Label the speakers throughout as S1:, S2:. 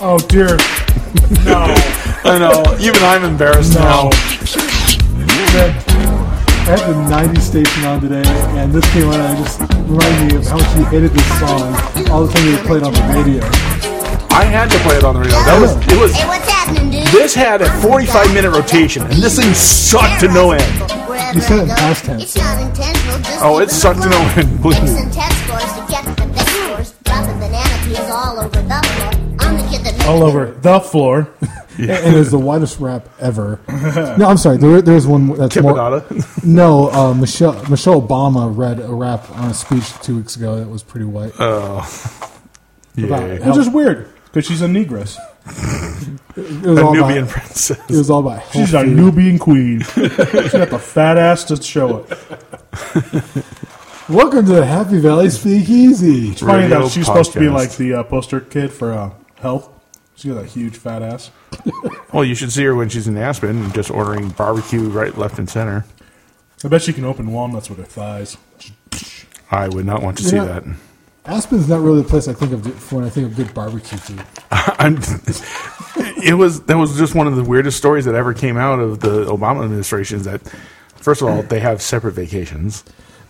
S1: Oh dear. No.
S2: I know. Even I'm embarrassed
S1: No.
S2: now.
S1: That, I had the 90s station on today, and this came on, and it just reminded me of how much you hated this song all the time you played on the radio.
S2: I had to play it on the radio. That was it was.
S3: Hey, what's happening, dude?
S2: This had a 45 minute rotation, and this thing sucked to no end.
S3: Wherever
S1: You said it in
S3: I go,
S1: past tense.
S3: It's not intentional. Just
S2: Oh,
S3: keep
S2: it sucked to
S3: afloat.
S2: no end. believe
S3: Mix
S2: me.
S3: and test scores to get the best scores. Dropping banana peels all over the floor. I'm the kid that makes
S4: all over the floor.
S1: And it was the widest rap ever. No, I'm sorry. There, there's one that's more.
S2: Campanata.
S1: No, uh, Michelle, Michelle Obama read a rap on a speech two weeks ago that was pretty white.
S2: Yeah.
S4: Which is weird because she's a negress.
S1: It was
S2: A
S1: all
S2: Nubian
S1: about,
S2: princess.
S1: It was all about health
S4: She's a
S1: food.
S4: Nubian queen. She's got the fat ass to show it.
S1: Welcome to the Happy Valley Speakeasy.
S4: Funny
S2: Radio
S4: that she's supposed to be
S2: podcast.
S4: like the uh, poster kid for uh, health. She's got a huge fat ass.
S2: Well, you should see her when she's in Aspen and just ordering barbecue right, left, and center.
S4: I bet she can open walnuts with her thighs.
S2: I would not want to see
S1: Yeah.
S2: that.
S1: Aspen's not really the place I think of when I think of good barbecue food.
S2: I'm, it was that was just one of the weirdest stories that ever came out of the Obama administration. Is that first of all they have separate vacations.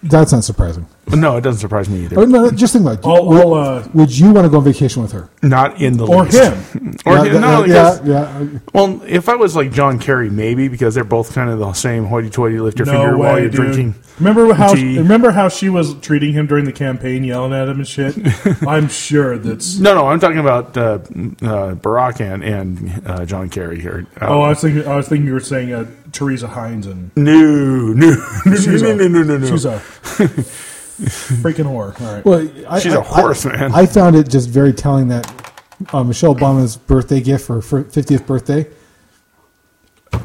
S1: That's not surprising.
S2: But no, it doesn't surprise me
S1: Or
S2: either.
S1: no, no, just think about it.
S4: All,
S1: would,
S4: all uh,
S1: would you want to go on vacation with her?
S2: Not in the
S4: or
S2: least.
S4: him.
S2: Or
S1: yeah,
S2: him.
S1: that-
S2: No,
S1: that-
S2: yes.
S1: yeah, yeah.
S2: Well, if I was like John Kerry, maybe because they're both kind of the same hoity-toity. Lift your
S4: No
S2: finger while
S4: way,
S2: you're
S4: dude.
S2: drinking.
S4: Remember how?
S2: tea.
S4: Remember how she was treating him during the campaign, yelling at him and shit. I'm sure that's.
S2: No, no, I'm talking about uh, uh, Barack and, and uh, John Kerry here. Uh,
S4: Oh, I was thinking. I was thinking you were saying uh, Teresa Hines, and
S2: no, no, no,
S4: she's
S2: no,
S4: a,
S2: no, no, no, no.
S4: she's a freaking whore. All right.
S1: Well, I,
S2: She's
S1: a
S2: a horse, man.
S1: I found it just very telling that uh, Michelle Obama's birthday gift for her fiftieth birthday,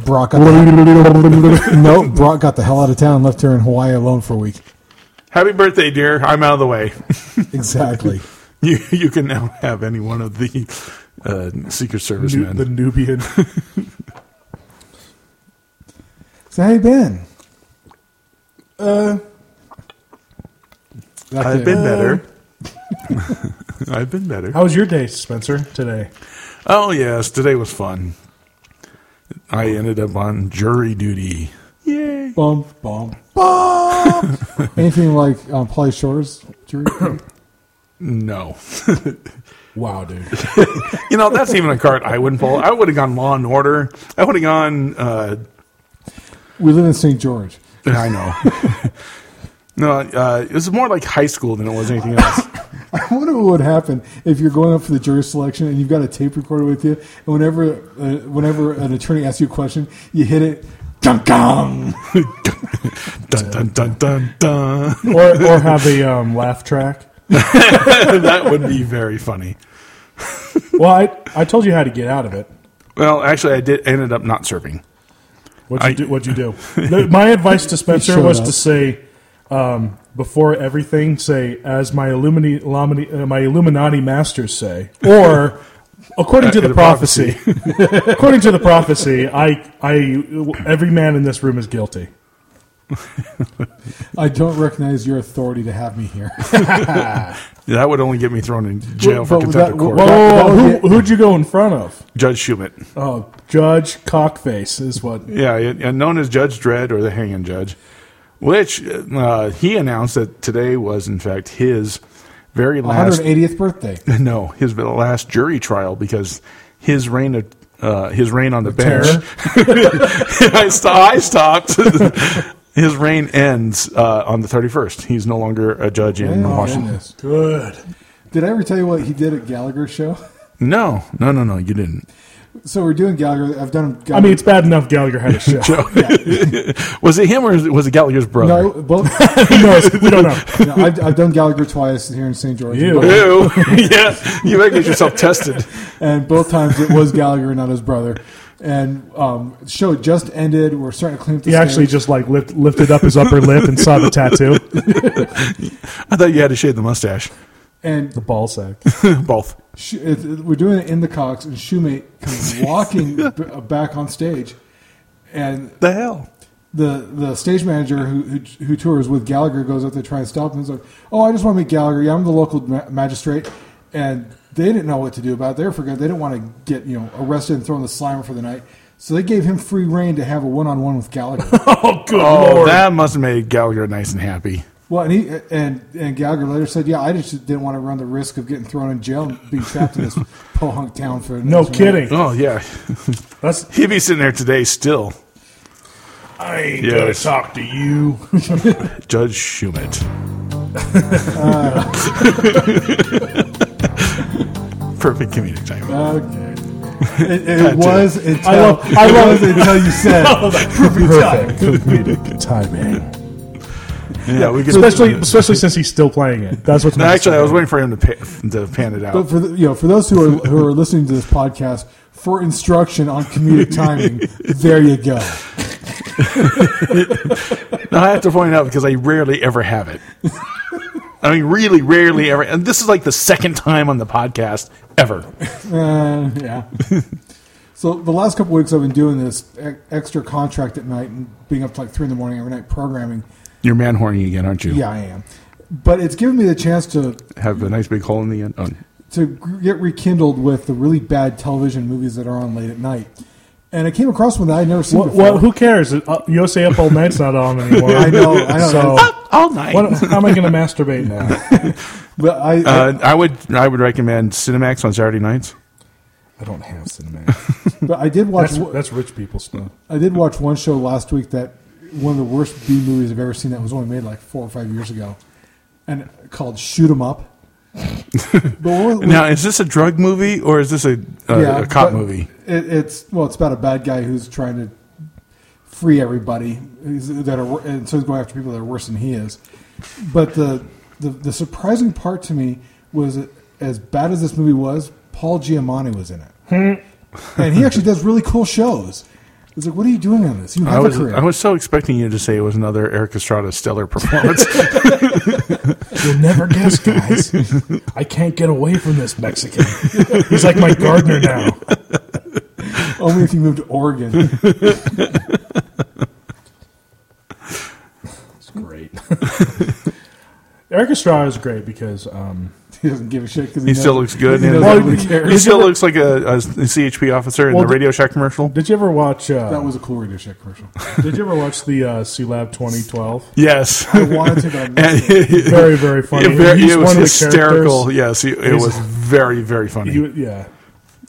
S1: Brock. Got the, no, Brock got the hell out of town, and left her in Hawaii alone for a week.
S2: Happy birthday, dear. I'm out of the way.
S1: Exactly.
S2: You you can now have any one of the uh, Secret Service
S4: Nu-
S2: men.
S4: the Nubian.
S1: So how you been?
S4: Uh,
S1: Back to-
S2: I've been better. I've been better.
S4: how was your day, Spencer? Today,
S2: Oh yes, today was fun. I ended up on jury duty. Yay!
S1: Bum bum bum. Anything like um, Polly Shore's jury?
S2: No,
S4: wow, dude.
S2: you know that's even a card I wouldn't pull. I would have gone Law and Order. I would have gone. Uh,
S1: we live in St. George.
S2: I know. no, uh, it was more like high school than it was anything else.
S1: I wonder what would happen if you're going up for the jury selection and you've got a tape recorder with you, and whenever uh, whenever an attorney asks you a question, you hit it. Dum dum.
S2: dun dun dun dun dun.
S4: Or or have a um, laugh track.
S2: that would be very funny.
S4: Well, I I told you how to get out of it.
S2: Well, actually, I did ended up not serving.
S4: What'd you
S2: I-
S4: do? What'd you do? The- my advice to Spencer
S1: showed
S4: was
S1: up.
S4: to say, um, before everything, say, as my Illumini, Illumini, uh, my Illuminati masters say, or according to
S2: Uh,
S4: the
S2: the
S4: prophecy, according to the prophecy, I, I, every man in this room is guilty.
S1: I don't recognize your authority to have me here.
S2: That would only get me thrown in jail for
S1: But would
S2: contempt
S1: that-
S2: of court.
S1: would
S4: Whoa,
S1: that-
S4: whoa, whoa,
S1: would
S4: who, who'd you go in front of?
S2: Judge Schumann.
S4: Oh, Judge Cockface is what.
S2: Yeah, yeah, known as Judge Dredd or the Hanging Judge, which uh, he announced that today was, in fact, his very last
S1: 180th birthday.
S2: no, his last jury trial because his reign of uh, his reign on the bench.
S4: terror?
S2: I, sto- I stopped. his reign ends uh, on the thirty first. He's no longer a judge in
S1: Oh,
S2: Washington.
S1: goodness.
S4: Good.
S1: Did I ever tell you what he did at Gallagher's show?
S2: No, no, no, no. You didn't.
S1: So we're doing Gallagher. I've done. Gallagher.
S4: I mean, it's bad enough Gallagher had a show.
S2: Was it him or was it Gallagher's brother?
S1: no, both.
S4: Who knows? We don't know.
S1: no, I've, I've done Gallagher twice here in St. George.
S4: Ew.
S1: Both-
S2: Ew. yeah, you better get yourself tested.
S1: and both times it was Gallagher, not his brother. And um, show just ended. We're starting to clean up the
S4: He actually
S1: stage.
S4: just like lift, lifted up his upper lip and saw the tattoo.
S2: I thought you had to shave the mustache.
S1: and
S4: The ball sack.
S2: Both.
S1: Sh- it, it- uh, we're doing it in the Cox, and Shoemate comes walking b- uh, back on stage, and
S2: The hell.
S1: the the stage manager who, who who tours with Gallagher goes up to try and stop him. He's like, "Oh, I just want to meet Gallagher. Yeah, I'm the local ma- magistrate." and they didn't know what to do about it. They were forgot they didn't want to get you know arrested and thrown in the slimer for the night. So they gave him free reign to have a one on one with Gallagher.
S4: Oh, good
S2: Oh,
S4: lord!
S2: that must have made Gallagher nice and happy.
S1: well, and he and and Gallagher later said, "Yeah, I just didn't want to run the risk of getting thrown in jail and being trapped in this pohunk town for
S4: no
S1: another-
S4: kidding.
S2: Oh yeah,
S4: That's
S2: he'd be sitting there today still.
S4: I ain't
S2: Yes.
S4: gonna talk to you.
S2: Judge Shumate. Perfect comedic timing.
S1: Okay. It, it
S2: Gotcha.
S1: was until
S4: I love- I
S1: it
S4: love-
S1: was until you said
S4: Perfect comedic timing.
S2: yeah, we could.
S4: Especially, especially since he's still playing it. That's what's
S2: No, actually, I was waiting for him to pa- to pan it
S1: But
S2: out.
S1: for the, you know, for those who are who are listening to this podcast for instruction on comedic timing, there you go.
S2: No, I have to point it out because I rarely ever have it. I mean, really, rarely ever. And this is like the second time on the podcast ever.
S1: Uh, yeah. so the last couple weeks I've been doing this e- extra contract at night and being up to like three in the morning every night programming.
S2: You're man horning again, aren't you?
S1: Yeah, I am. But it's given me the chance to
S2: Have a nice big hole in the end. Oh,
S1: to get rekindled with the really bad television movies that are on late at night. And I came across one that I'd never seen
S4: Well,
S1: before.
S4: well, who cares? Uh, Yosei Up All Night's not on anymore.
S1: I know, I know.
S4: So,
S2: all night.
S4: what, how am I going to masturbate now?
S1: but I, I-
S2: uh, I would I would recommend Cinemax on Saturday nights.
S4: I don't have Cinemax.
S1: but I did watch
S4: That's, that's rich people stuff.
S1: I did watch one show last week that one of the worst B movies I've ever seen that was only made like four or five years ago, and called Shoot 'Em Up. but what- what-
S2: Now, is this a drug movie or is this a, a, a cop
S1: but
S2: movie?
S1: It, it's well, it's about a bad guy who's trying to free everybody he's- that are, wor- and so he's going after people that are worse than he is. But the the, the surprising part to me was that as bad as this movie was, Paul Giamatti was in it,
S2: Hmm.
S1: and he actually does really cool shows. It's like, what are you doing on this? You have
S2: I was
S1: a career.
S2: I was so expecting you to say it was another Eric Estrada stellar performance.
S4: You'll never guess, guys. I can't get away from this Mexican. He's like my gardener now.
S1: Only if you moved to Oregon.
S4: It's great. Eric Estrada is great because um,
S1: He doesn't give a shit because he,
S2: he
S1: knows-
S2: still looks good.
S1: He
S2: and
S1: knows
S4: Well,
S1: nobody
S4: he-
S1: cares.
S2: he still looks like a, a CHP officer in
S4: Well,
S2: the
S4: the-
S2: Radio Shack commercial.
S4: did you ever watch? Uh,
S1: That was a cool Radio Shack commercial.
S4: Did you ever watch the uh, C Lab 2012?
S2: Yes.
S1: I wanted to, but I missed
S2: And it,
S4: Very, very funny.
S2: very-
S4: He's
S2: it
S4: one
S2: was
S4: of the
S2: hysterical.
S4: characters.
S2: Yes, it, it
S4: He's-
S2: was very, very funny.
S4: You- yeah,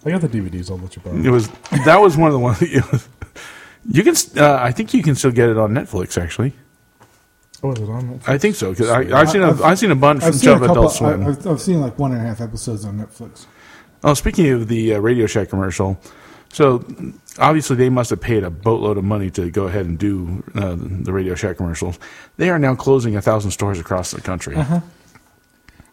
S4: I got the DVDs. I'll let you borrow.
S2: it was that was one of the ones. It was, you can, s- uh, I think you can still get it on Netflix. Actually,
S4: Oh, is it on?
S2: I think so because I've seen a, I've, seen a bunch
S1: I've
S2: from
S1: seen a
S2: Java
S1: couple.
S2: Adult
S1: I,
S2: Swim.
S1: I've, I've seen like one and a half episodes on Netflix.
S2: Oh, speaking of the uh, Radio Shack commercial, so obviously they must have paid a boatload of money to go ahead and do uh, the Radio Shack commercials. They are now closing a thousand stores across the country.
S4: And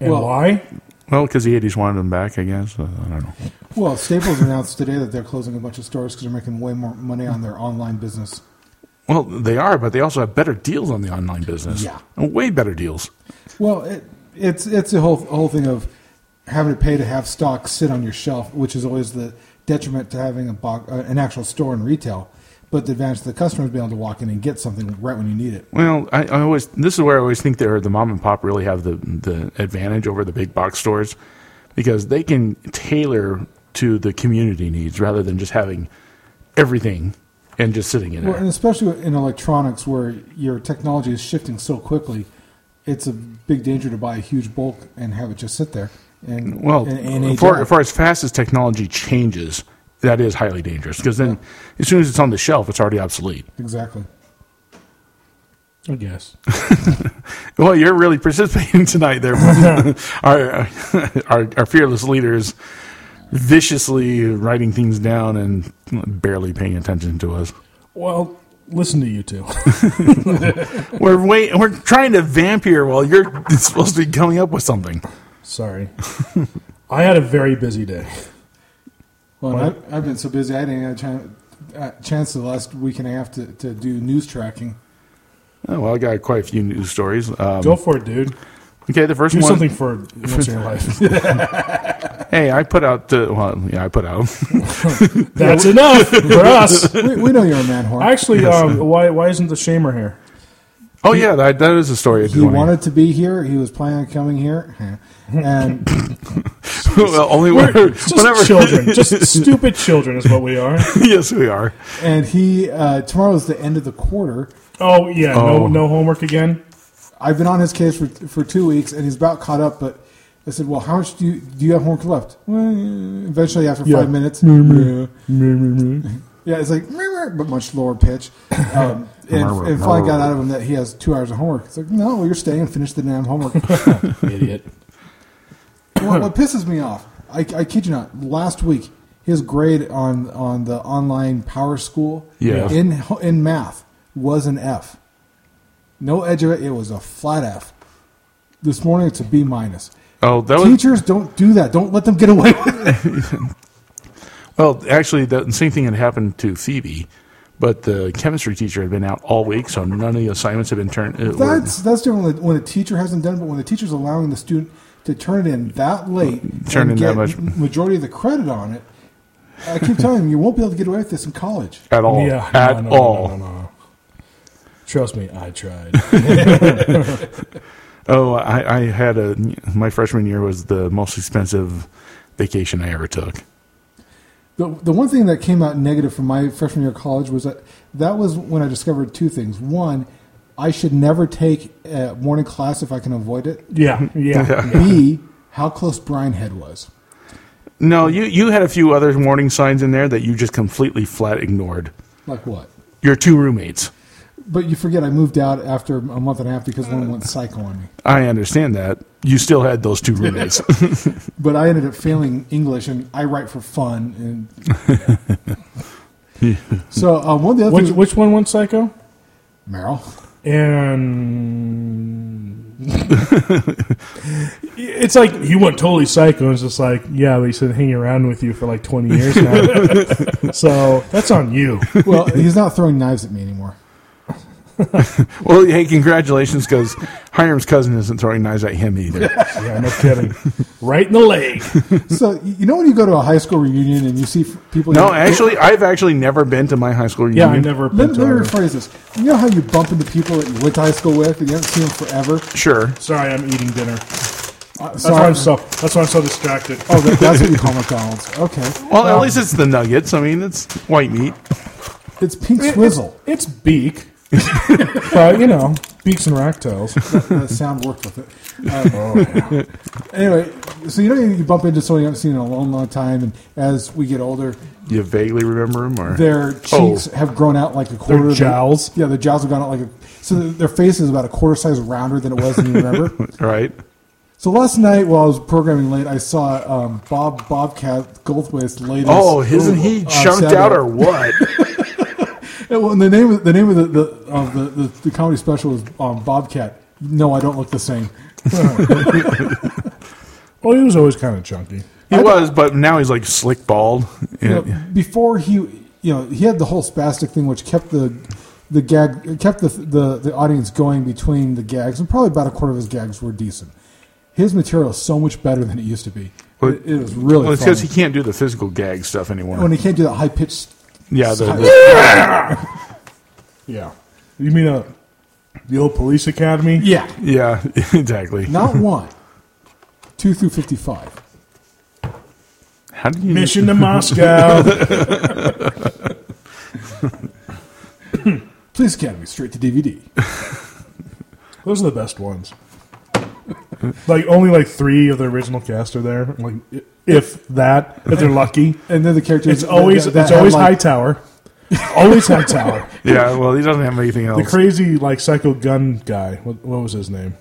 S1: Well-
S4: why?
S2: Well, because the '80s wanted them back, I guess. Uh, I don't know.
S1: Well, Staples announced today that they're closing a bunch of stores because they're making way more money on their online business.
S2: Well, they are, but they also have better deals on the online business.
S1: Yeah.
S2: way better deals.
S1: Well, it, it's it's the whole whole thing of having to pay to have stock sit on your shelf, which is always the detriment to having a box, uh, an actual store in retail. But the advantage to the customer is being able to walk in and get something right when you need it.
S2: Well, I, I always this is where I always think they're the mom and pop really have the the advantage over the big box stores because they can tailor to the community needs rather than just having everything and just sitting in
S1: Well, and
S2: there.
S1: especially in electronics, where your technology is shifting so quickly, it's a big danger to buy a huge bulk and have it just sit there. And
S2: Well,
S1: and, and age
S2: for,
S1: out.
S2: for as fast as technology changes, that is highly dangerous because then as soon as it's on the shelf, it's already obsolete.
S1: exactly.
S4: I guess.
S2: Well, you're really participating tonight there. our, our, our fearless leaders viciously writing things down and barely paying attention to us.
S4: Well, listen to you two.
S2: We're wait, we're trying to vamp here while you're supposed to be coming up with something.
S4: Sorry, I had a very busy day.
S1: Well, and I've, I've been so busy, I didn't have a chan- uh, chance the last week and a half to, to do news tracking.
S2: Oh, well, I got quite a few news stories. Um,
S4: Go for it, dude.
S2: okay, the first
S4: Do
S2: one.
S4: something for once in your life.
S2: Hey, I put out. Uh, well, yeah, I put out.
S4: That's enough for us.
S1: We, we know you're a man horn.
S4: Actually, um, why why isn't the shamer here?
S2: oh yeah, that, that is a story. I did
S1: He
S2: want to-
S1: wanted to be here. He was planning on coming here, and
S2: well, only
S4: We're
S2: whenever,
S4: just
S2: whenever-
S4: children, just stupid children is what we are.
S2: yes, we are.
S1: And he uh, tomorrow's the end of the quarter.
S4: Oh yeah,
S2: Oh.
S4: no no homework again.
S1: I've been on his case for for two weeks, and he's about caught up. But I said, "Well, how much do you do you have homework left?" Well, eventually, after
S4: Yeah.
S1: five minutes, yeah, it's like "Meh, meh," but much lower pitch. Um, and, and finally got out of him that he has two hours of homework. It's like, no, you're staying and finish the damn homework.
S2: Idiot.
S1: what, what pisses me off, I, I kid you not, last week his grade on on the online Power School
S2: Yeah.
S1: in in math was an F. No edge of it. It was a flat F. This morning it's a B minus.
S2: Oh, that was
S1: Teachers don't do that. Don't let them get away with it.
S2: well. Actually, the same thing had happened to Phoebe, but the chemistry teacher had been out all week, so none of the assignments had been turned. uh, were-
S1: That's that's different when the, when the teacher hasn't done it, but when the teacher's allowing the student to turn it in that late,
S2: Turn
S1: and
S2: in that
S1: get
S2: much.
S1: majority of the credit on it. I keep telling him you won't be able to get away with this in college.
S2: at all.
S4: Yeah, no,
S2: at
S4: no, no,
S2: all.
S4: No, no, no. Trust me, I tried.
S2: Oh, I, I had a my freshman year was the most expensive vacation I ever took.
S1: The, the one thing that came out negative from my freshman year of college was that that was when I discovered two things. One, I should never take a morning class if I can avoid it.
S4: yeah, yeah.
S1: B, how close Brian Head was.
S2: No, you you had a few other warning signs in there that you just completely flat ignored.
S1: Like what?
S2: Your two roommates.
S1: But you forget I moved out after a month and a half because one went psycho on me.
S2: I understand that. You still had those two roommates.
S1: But I ended up failing English and I write for fun. And so uh, one of the other
S4: Which,
S1: things,
S4: which one went psycho?
S1: Meryl.
S4: And it's like he went totally psycho. It's just like, yeah, but he's been hanging around with you for like twenty years now, so that's on you.
S1: Well, he's not throwing knives at me anymore.
S2: well, hey, congratulations, because Hiram's cousin isn't throwing knives at him either.
S4: Yeah, no kidding. Right in the leg.
S1: So y- you know when you go to a high school reunion and you see f- people.
S2: No,
S1: you-
S2: actually, I've actually never been to my high school
S4: Yeah,
S2: reunion.
S4: I never
S1: Let,
S4: been
S1: let me
S4: to.
S1: rephrase this. You know how you bump into people that you went to high school with and you haven't seen them forever?
S2: Sure.
S4: Sorry, I'm eating dinner. That's
S1: Uh,
S4: why
S1: sorry.
S4: I'm so. That's why I'm so distracted.
S1: oh, that, that's what you call McDonald's. Okay.
S2: Well, at least it's the nuggets. I mean, it's white meat.
S1: It's Pink Swizzle.
S4: It's beak. but you know, beaks and racktails.
S1: the sound worked with it. Um, Anyway, so you know you bump into someone you haven't seen in a long, long time, and as we get older,
S2: You vaguely remember them, or
S1: their
S2: Oh.
S1: cheeks have grown out like a quarter. of
S4: jowls?
S1: yeah, their jowls have gone out like a. So their face is about a quarter size rounder than it was when you remember.
S2: right?
S1: So last night while I was programming late, I saw um, Bob Bobcat Goldthwait's latest.
S2: Oh, isn't he
S1: on
S2: chunked
S1: Saturday.
S2: out or what?
S1: Yeah, well, and the name of the name of the the, of the, the, the comedy special was um, Bobcat. No, I don't look the same.
S4: Well, he was always kind of chunky.
S2: He was, but now he's like slick bald.
S1: You
S2: Yeah.
S1: know, before he, you know, he had the whole spastic thing, which kept the the gag kept the, the the audience going between the gags, and probably about a quarter of his gags were decent. His material is so much better than it used to be.
S2: Well,
S1: it, it was really
S2: Well, it's
S1: funny.
S2: because he can't do the physical gag stuff anymore.
S1: when he can't do that high pitched.
S2: yeah, the,
S1: Sorry.
S2: the-
S4: Yeah. You mean uh, the old police academy?
S1: Yeah,
S2: yeah, exactly.
S1: not one, two through fifty five.
S2: How do you
S4: Mission to Moscow.
S1: Police Academy, straight to DVD.
S4: Those are the best ones. Like only like three of the original cast are there. Like i- if that, if they're lucky.
S1: And then the characters.
S4: It's always
S1: that- that
S4: it's
S1: had,
S4: always
S1: like-
S4: Hightower. Always Hightower.
S2: Yeah, well, he doesn't have anything
S4: The
S2: else.
S4: crazy like psycho gun guy. What, what was his name?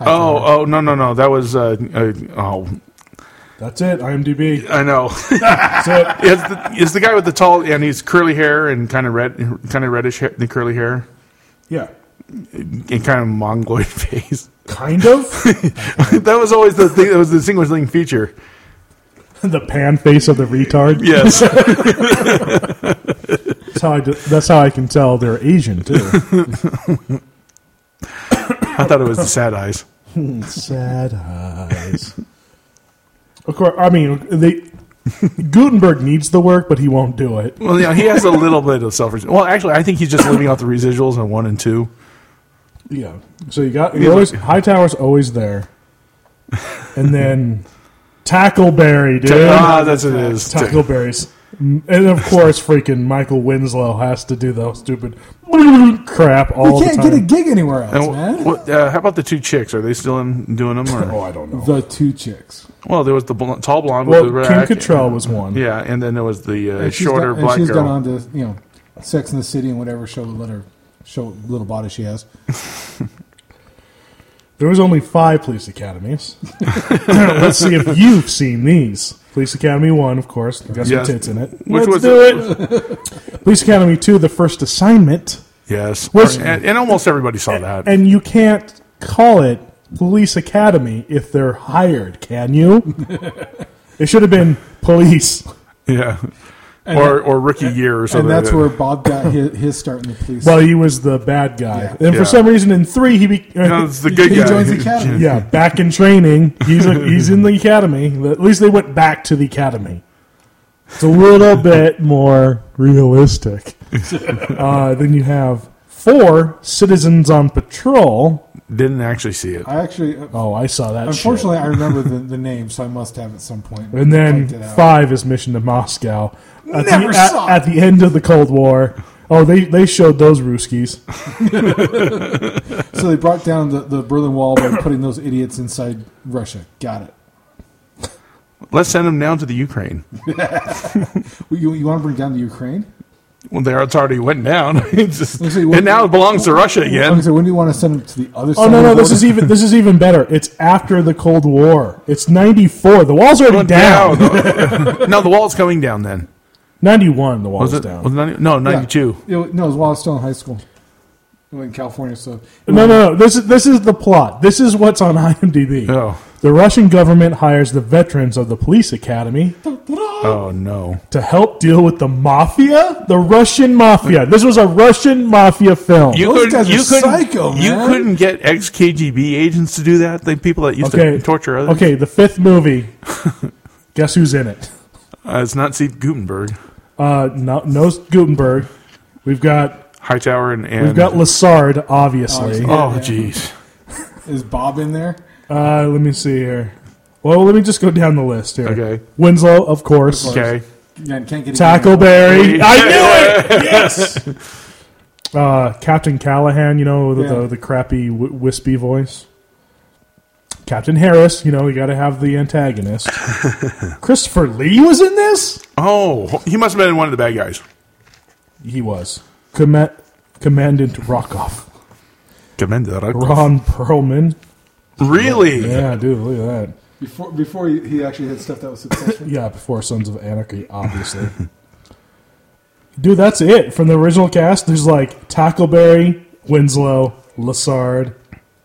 S2: oh, oh, no, no, no. That was uh, uh oh,
S4: That's it. IMDb.
S2: I know.
S4: That's it.
S2: it's, the, it's the guy with the tall and he's curly hair and kind of red, kind of reddish hair, the curly hair
S4: Yeah.
S2: and kind of mongoloid face.
S4: Kind of.
S2: that was always the thing. That was the distinguishing feature.
S4: the pan face of the retard.
S2: Yes.
S4: That's how I. do- that's how I can tell they're Asian too.
S2: I thought it was the sad eyes.
S4: Sad eyes. of course, I mean they. Gutenberg needs the work, but he won't do it.
S2: Well, yeah, he has a little bit of self. Well, actually, I think he's just living off the residuals on one and two.
S4: Yeah. So you got you always Hightower's always there, and then Tackleberry, dude.
S2: Ah, that's what it is.
S4: Tackleberries. And of course, freaking Michael Winslow has to do the stupid crap all
S1: We can't
S4: the time.
S1: get a gig anywhere else,
S2: And
S1: man.
S2: wh- what, uh, how about the two chicks? Are they still in doing them? Or?
S4: oh, I don't know.
S1: The two chicks.
S2: well, there was the bl- tall blonde
S4: well,
S2: with the
S4: Kim
S2: rack.
S4: Cattrall was one.
S2: Yeah, and then there was the uh,
S1: And she's
S2: shorter
S1: gone-
S2: black
S1: and she's um,
S2: girl.
S1: gone on to you know, Sex in the City and whatever show the little show little body she has.
S4: There was only five police academies. Let's see if you've seen these. Police Academy One, of course, got some
S2: Yes.
S4: tits in it.
S2: Which
S4: Let's
S2: was-
S4: do it. police Academy Two, the first assignment,
S2: Yes,
S4: Which-
S2: and, and almost everybody saw that.
S4: and you can't call it Police Academy if they're hired, can you? it should have been police.
S2: yeah, or or rookie year or
S4: Oh,
S2: something.
S1: And that's
S2: like
S1: where
S2: that.
S1: Bob got his, his start in the police.
S4: Well, he was the bad guy, and
S2: Yeah.
S4: for some reason in three he be-
S2: No, it's the good
S1: He
S2: guy.
S1: joins the academy.
S4: yeah back in training. He's he's in the academy. At least they went back to the academy. It's a little bit more realistic. Uh, then you have four citizens on patrol.
S2: Didn't actually see it.
S1: I actually, uh,
S4: Oh, I saw that. shit.
S1: unfortunately, I remember the, the name, so I must have at some point.
S4: And then
S1: typed it out.
S4: five is Mission to Moscow. At
S1: Never
S4: the, at-
S1: saw it.
S4: At, the end of the Cold War. Oh, they, they showed those Ruskies.
S1: So they brought down the, the Berlin Wall by putting those idiots inside Russia. Got it.
S2: Let's send them down to the Ukraine.
S1: Well, You, you want to bring down the Ukraine?
S2: Well, there it's already went down. It's just-
S1: Let's see, what-
S2: it now belongs to Russia again.
S1: Okay, so when do you want to send them to the other side?
S4: Oh no
S1: of the
S4: no this
S1: border?
S4: is even this is even better. It's after the Cold War. It's ninety four. The wall's already
S2: Went
S4: down.
S2: no, the wall's coming down. Then
S4: 91 the wall
S2: was
S4: was,
S2: it?
S4: down.
S2: Was it 90, no,
S1: Yeah.
S2: ninety-two.
S1: It wa- no, it was while I was still in high school. I was in California, so
S4: no, no, no. This is this is the plot. This is what's on IMDb.
S2: Oh.
S4: The Russian government hires the veterans of the police academy
S2: Oh no!
S4: to help deal with the mafia, the Russian mafia. This was a Russian mafia film.
S2: You
S1: Those
S2: couldn't.
S1: guys are
S2: you couldn't.
S1: psycho,
S2: you
S1: man.
S2: couldn't get ex KGB agents to do that. The people that used
S4: okay,
S2: to torture others.
S4: Okay, the fifth movie. Guess who's in it?
S2: Uh, it's not Steve Gutenberg,
S4: Uh, no, no Gutenberg. We've got
S2: Hightower, and, and
S4: we've got Lassard, obviously.
S1: Obviously.
S2: Oh
S1: Yeah.
S2: jeez.
S1: is Bob in there?
S4: Uh, let me see here. Well, let me just go down the list here.
S2: Okay.
S4: Winslow, of course.
S2: Okay.
S1: Yeah, and can't get a gig
S4: Tackleberry.
S2: Yeah.
S4: I knew it. Yes. Uh, Captain Callahan, you know the,
S1: Yeah.
S4: the, the crappy w- wispy voice. Captain Harris, you know you got to have the antagonist. Christopher Lee was in this.
S2: Oh, he must have been one of the bad guys.
S4: He was Command- Commandant Rockoff.
S2: Commander
S4: Ron Perlman.
S2: Really?
S4: Yeah, dude, look at that.
S1: before before he, he actually had stuff that was successful.
S4: Yeah, before Sons of Anarchy, obviously. Dude, that's it from the original cast. There's like Tackleberry, Winslow, Lassard,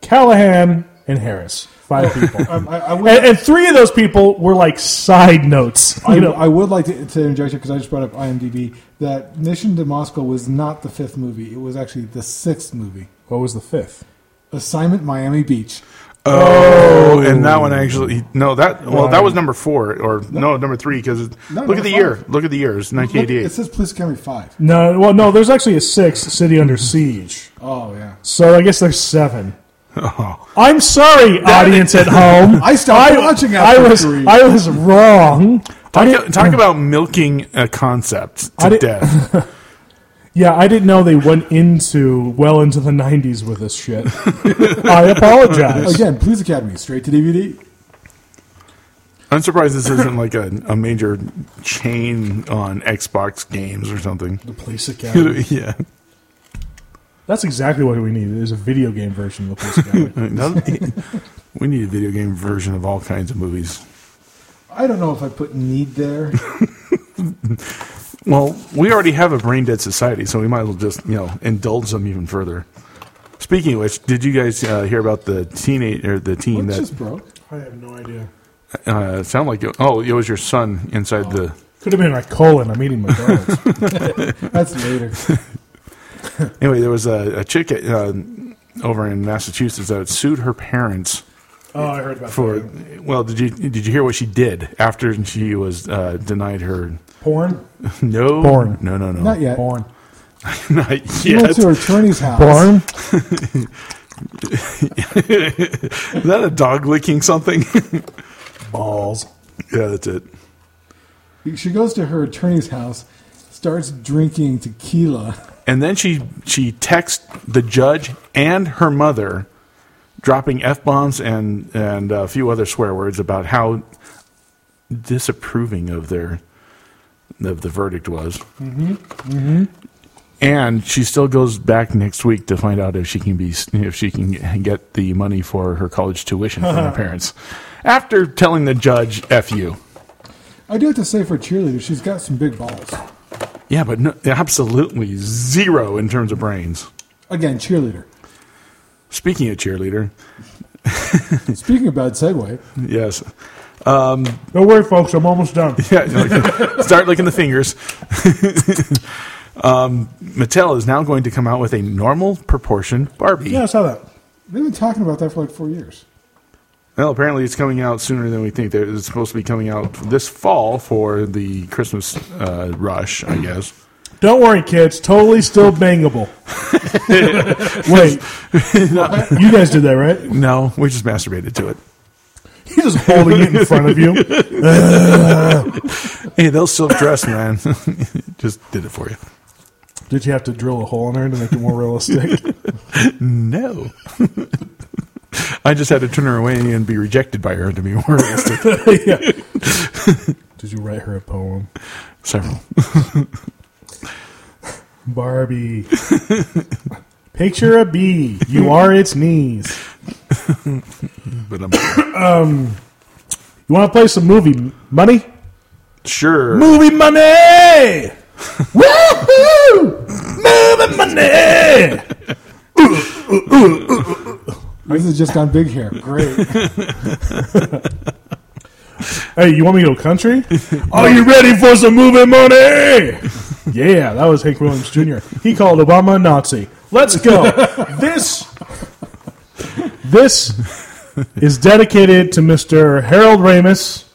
S4: Callahan, and Harris. Five people.
S1: um, I, I would,
S4: and, and three of those people were like side notes.
S1: I,
S4: You know,
S1: I would like to, to interject here because I just brought up IMDb that Mission to Moscow was not the fifth movie; it was actually the sixth movie.
S4: what was the fifth?
S1: Assignment Miami Beach.
S2: Oh, and that one actually no that well that
S4: Right.
S2: was number four or no number three because look
S1: number
S2: at the
S1: five.
S2: year look at the year it's nineteen
S1: Look,
S2: eighty
S1: it
S2: eight.
S1: says Police Academy Five.
S4: No, well, no, there's actually a sixth, City Under Siege.
S1: Oh yeah,
S4: So I guess there's seven. I'm sorry, audience at home.
S1: Oh. I stopped watching after
S4: I was,
S1: three.
S4: I was wrong. I
S2: Talk,
S4: didn't-
S2: talk about milking a concept
S4: I
S2: to
S4: didn't-
S2: death.
S4: Yeah, I didn't know they went into well into the '90s with this shit. I apologize.
S1: again, Police Academy straight to DVD.
S2: I'm surprised this isn't like a, a major chain on Xbox games or something.
S4: The police academy.
S2: yeah,
S4: That's exactly what we need. Is a video game version of the police academy.
S2: we need a video game version of all kinds of movies.
S1: I don't know if I put need there.
S2: Well, we already have a brain dead society, so we might as well just you know indulge them even further. Speaking of which, did you guys uh, hear about the teenage or the teen
S1: It's
S2: that
S1: just broke.
S4: I have no idea.
S2: uh, sound like it, oh it was your son inside the
S4: Could have been my colon. I'm eating McDonald's.
S1: That's later.
S2: anyway there was a, a chick uh, over in Massachusetts that sued her parents
S4: oh, I heard about
S2: for
S4: that.
S2: well did you did you hear what she did after she was uh, denied her
S4: porn.
S2: no
S4: Porn.
S2: no no no
S1: Not yet.
S4: Porn.
S2: not
S1: She went
S2: yet
S1: to her attorney's house.
S4: Porn.
S2: is that a dog licking something
S4: Balls.
S2: Yeah, that's it.
S1: She goes to her attorney's house, starts drinking tequila.
S2: And then she she texts the judge and her mother, dropping f bombs and and a few other swear words about how disapproving of their of the verdict was. Mm-hmm. Mm-hmm. And she still goes back next week to find out if she can be if she can get the money for her college tuition from her parents, after telling the judge "f you."
S1: I do have to say for cheerleader, she's got some big balls.
S2: Yeah, but no, absolutely zero in terms of brains.
S1: Again, cheerleader.
S2: Speaking of cheerleader,
S1: Speaking about segue,
S2: yes,
S4: Don't worry, folks. I'm almost done.
S2: Yeah, like, start licking the fingers. um, Mattel is now going to come out with a normal proportion Barbie.
S4: Yeah, I saw that.
S1: they've been talking about that for like four years.
S2: Well, apparently it's coming out sooner than we think. They're- It's supposed to be coming out this fall for the Christmas uh, rush, I guess.
S4: Don't worry, kids. Totally still bangable. Wait, you guys did that, right?
S2: No, we just masturbated to it.
S4: He's just holding it in front of you.
S2: Hey, they'll silk dress, man. just did it for you.
S4: Did you have to drill a hole in her to make it more realistic?
S2: No. I just had to turn her away and be rejected by her to be more realistic.
S4: yeah. Did you write her a poem,
S2: Several.
S4: Barbie? Picture a bee. You are its knees.
S2: But I'm
S4: You want to play some movie m- money?
S2: sure.
S4: Movie money! Woohoo! Movie money!
S1: This has just gone big here. Great.
S4: Hey, you want me to go country? Are you ready for some movie money? yeah, that was Hank Williams Jr. He called Obama a Nazi. Let's go. this this is dedicated to Mr. Harold Ramis,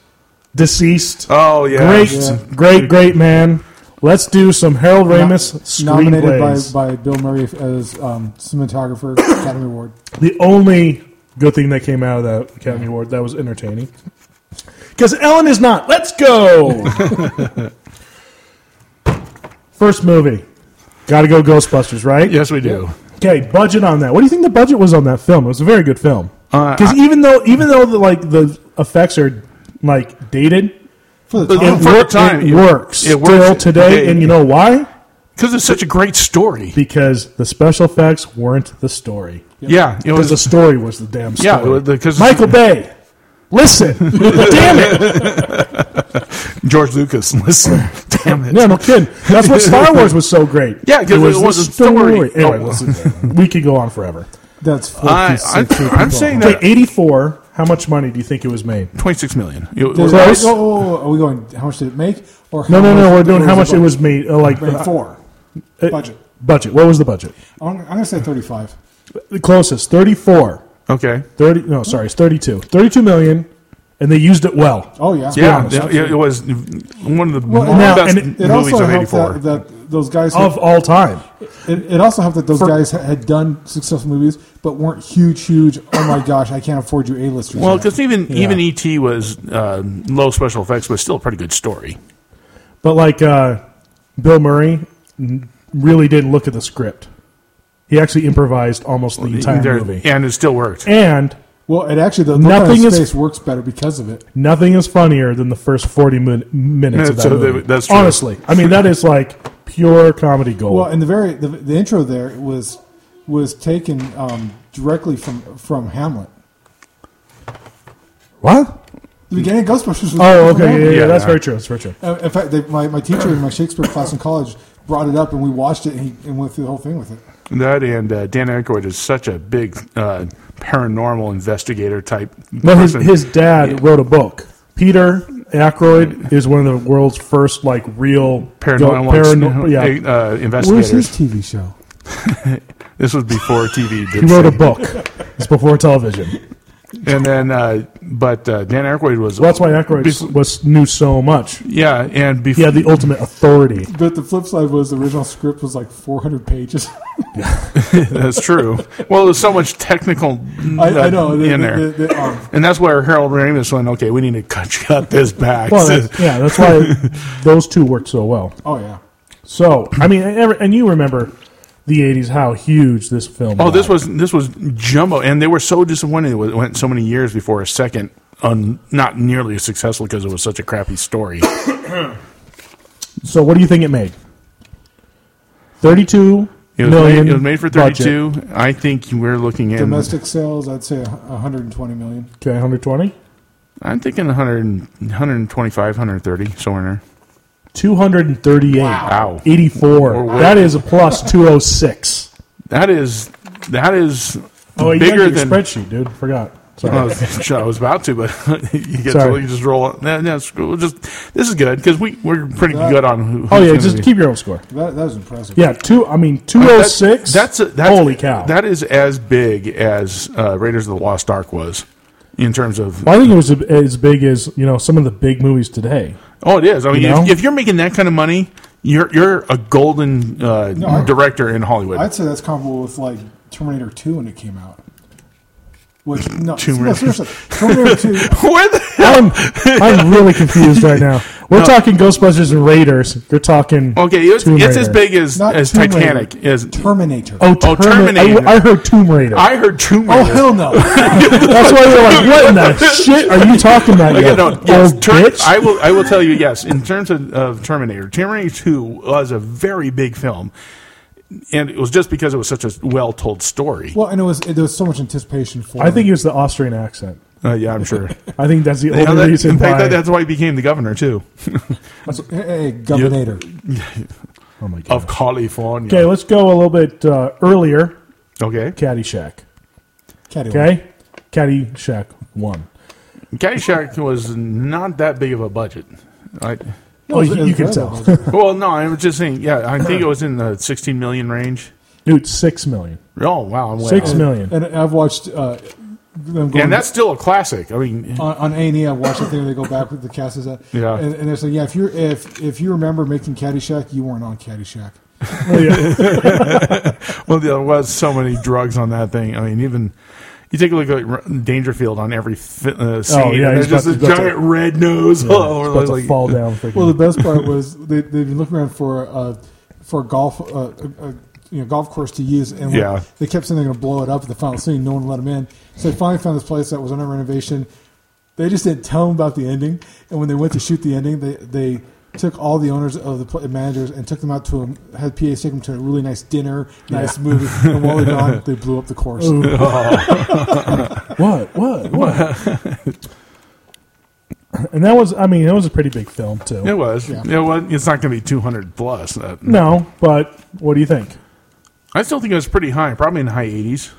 S4: deceased.
S2: Oh yeah,
S4: great,
S1: Yeah.
S4: great, great man. Let's do some Harold Ramis
S1: Nominated by,
S4: screenplays.
S1: by Bill Murray as um, cinematographer, Academy Award.
S4: the only good thing that came out of that Academy Award that was entertaining. Because Ellen is not. Let's go. First movie. Got to go Ghostbusters, right?
S2: Yes, we do.
S4: Okay, budget on that. What do you think the budget was on that film? It was a very good film.
S2: Uh,
S4: Because even though even though the, like the effects are like dated,
S1: For the
S2: But
S1: time,
S2: Oh, for the time,
S4: it
S2: it-
S4: works
S2: it
S4: still
S2: works.
S4: today.
S2: Okay.
S4: And you know why?
S2: Because it's such a great story.
S4: Because the special effects weren't the story.
S2: Yeah, it
S4: Because
S2: was.
S4: the story was the damn story.
S2: yeah, because
S4: Michael Bay, listen. Damn it.
S2: George Lucas. Listen, damn it.
S4: No, no kidding. That's what Star Wars was so great.
S2: Yeah, 'cause it
S4: the
S2: was a story.
S4: Anyway,
S2: Oh.
S4: listen, we could go on forever.
S1: that's 46
S2: I, I,
S1: people.
S2: I'm saying
S4: Okay,
S2: that
S4: 84, how much money do you think it was made?
S2: twenty six million. It was-
S1: Did-
S4: Close.
S1: oh, oh, oh, are we going? How much did it make? Or
S4: No,
S1: how
S4: no, no,
S1: much-
S4: we're doing how much it
S1: budget?
S4: was made. uh, Like,
S1: Made
S4: uh,
S1: Four
S4: uh,
S1: budget.
S4: Budget. What was the budget?
S1: I'm, I'm gonna say thirty-five.
S4: The closest, 34.
S2: okay.
S4: 30, no, sorry, it's 32. 32 million, and they used it well.
S1: Oh yeah,
S2: Yeah,
S4: honest.
S2: it, it was one of the
S1: Well,
S2: one of
S4: now-
S2: the best
S4: and it-
S1: It
S2: movies
S1: also
S2: of
S1: helped
S2: '84.
S1: that, that those guys. Had,
S4: Of all time.
S1: it, it also helped that those guys ha- had done successful movies, but weren't huge, huge. Oh my gosh, I can't afford you A-listers.
S2: Well,
S1: yet.
S2: because even even ET was uh, low special effects, but still a pretty good story.
S4: But like uh, Bill Murray n- really didn't look at the script. He actually improvised almost the entire
S2: There-
S4: movie.
S2: and it still worked.
S4: And
S1: well, it actually the
S4: Nothing
S1: nothing
S4: is-
S1: space works better because of it.
S4: nothing is funnier than the first 40 min- minutes of that
S2: So
S4: movie.
S2: that- that's true.
S4: Honestly. I mean, that is like pure comedy gold.
S1: Well, and the very the, the intro there was was taken um, directly from from Hamlet.
S4: what?
S1: The beginning of Ghostbusters. Was
S4: Oh,
S1: from
S4: okay.
S1: Hamlet.
S4: Yeah, yeah,
S2: Yeah.
S4: that's very true. That's very true.
S1: Uh, In fact, they, my, my teacher in my Shakespeare class in college brought it up, and we watched it, and, he, and went through the whole thing with it.
S2: That and uh, Dan Aykroyd is such a big uh, paranormal investigator type.
S4: No, his,
S2: person.
S4: his dad wrote a book. Peter Aykroyd is one of the world's first like real
S2: paranormal,
S4: parano- yeah.
S2: uh,
S1: Where's
S2: investigators.
S1: his TV show?
S2: This was before TV.
S4: He wrote a book. It's before television.
S2: And then, uh, but uh, Dan Aykroyd was.
S4: Well, that's why Aykroyd
S2: Bes-
S4: was knew so much.
S2: yeah, and
S4: He
S2: before
S4: had the ultimate authority.
S1: But the flip side was the original script was like 400 pages.
S2: that's true. Well, there's so much technical
S1: I, I know.
S2: in
S1: The,
S2: there,
S1: the- the- um,
S2: and that's where Harold Ramis went. Okay, we need to cut, cut this back.
S4: Well, that's, yeah, that's why those two worked so well.
S1: oh, yeah.
S4: So, I mean, and every- and you remember the '80s how huge this film.
S2: Oh, this was this was jumbo, and they were so disappointed it wa- went so many years before a second, un, not nearly as successful because it was such a crappy story.
S4: So, what do you think it made? Thirty-two
S2: It was,
S4: million
S2: made, it was made for
S4: budget.
S2: thirty-two. I think we're looking at
S1: Domestic sales, I'd say 120 million.
S4: Okay, 120.
S2: I'm thinking 100, 125, 130, somewhere in there.
S4: 238.
S2: Wow.
S4: 84.
S2: We're way-
S4: That is a plus 206.
S2: That is that is
S4: Oh, you
S2: bigger
S4: got your
S2: than.
S4: spreadsheet, dude. Forgot. Sorry.
S2: I was, I was about to, but you get to,
S4: Sorry.
S2: you just roll. it. No, no, it's cool. Just this is good because we we're pretty good on who.
S4: oh
S2: who's
S4: yeah,
S2: gonna
S4: just
S2: be.
S4: keep your own score.
S1: That, that was impressive.
S4: Yeah, two. I mean,
S2: That-
S4: 206.
S2: that's a, that's
S4: holy cow.
S2: That is as big as uh, Raiders of the Lost Ark was in terms of.
S4: well, I think it was a- as big as you know some of the big movies today.
S2: Oh, it is. I mean,
S4: You know?
S2: if, if you're making that kind of money, you're you're a golden uh,
S1: I-
S2: director in Hollywood.
S1: I'd say that's comparable with like Terminator 2 when it came out. Which, no, no,
S2: Terminator-
S1: seriously. Terminator 2.
S2: Where the
S4: I'm, I'm really confused right now. We're talking Ghostbusters and Raiders. You're talking
S2: Oh, okay, it's,
S4: Tomb
S2: it's as
S4: Raider.
S2: big as
S1: Not
S2: as
S1: Tomb Raider.
S2: Titanic is.
S1: Terminator.
S4: Oh,
S2: Oh,
S4: Termin-
S2: Terminator.
S4: I, I heard Tomb Raider.
S2: I heard Tomb
S1: Oh,
S2: Raider.
S1: hell no.
S4: That's why you're like, what in the shit are you talking about?
S2: Okay,
S4: you
S2: no,
S4: old
S2: yes, Ter-
S4: bitch?
S2: I will. I will tell you. Yes, in terms of, of Terminator, Terminator Two was a very big film, and it was just because it was such a well told story.
S1: Well, and it was there was so much anticipation for.
S4: I think
S1: it.
S4: it was the Austrian accent.
S2: Uh, yeah, I'm sure.
S4: I think that's the only
S2: Yeah, that-
S4: reason
S2: in fact,
S4: why.
S2: that, that's why he became the governor too
S1: hey, hey, Governator.
S4: oh my god.
S2: of California.
S4: Okay, let's go a little bit uh, earlier.
S2: Okay.
S4: Caddyshack.
S1: Caddy one.
S4: Okay,
S2: Oh.
S4: Caddyshack one.
S2: Caddyshack was not that big of a budget. I,
S1: No,
S4: Oh,
S1: it was-
S4: you-
S1: it was
S4: you can
S1: very
S4: tell.
S1: well done.
S2: well, no, I was just saying. Yeah, I think it was in the 16 million range.
S4: Dude, six million.
S2: Oh wow, I'm way
S4: Six
S2: off.
S4: million.
S1: and I've watched uh, them going
S2: And that's still a classic. I mean,
S1: on, on A&E. I've watched the thing where they go back with the cast is that.
S2: Yeah.
S1: And, and they're saying, yeah, if you are if if you remember making Caddyshack, you weren't on Caddyshack.
S4: Oh, yeah.
S2: well, there was so many drugs on that thing. I mean, even. You take a look at R- Dangerfield on every fi- uh, scene.
S4: Oh, yeah,
S2: and
S4: he's
S2: there's just
S4: about
S2: a
S4: to- about to-
S2: giant red nose. all over,
S4: It's about to
S2: like-
S4: fall down. freaking-
S1: Well, the best part was they they've been looking around for uh, for a golf. Uh, a, a, you know, golf course to use, and when
S2: Yeah.
S1: they kept saying they're going to blow it up at the final scene. No one let them in, so they finally found this place that was under renovation. They just didn't tell them about the ending, and when they went to shoot the ending, they they took all the owners of the pl- managers and took them out to a had PAs take them to a really nice dinner, nice movie, and while they're gone, they blew up the course.
S4: what? What? What? and that was, I mean, that was a pretty big film too.
S2: It was. You know what? It's not going to be 200 plus. Uh,
S4: No, but what do you think?
S2: I still think it was pretty high, probably in the high 80s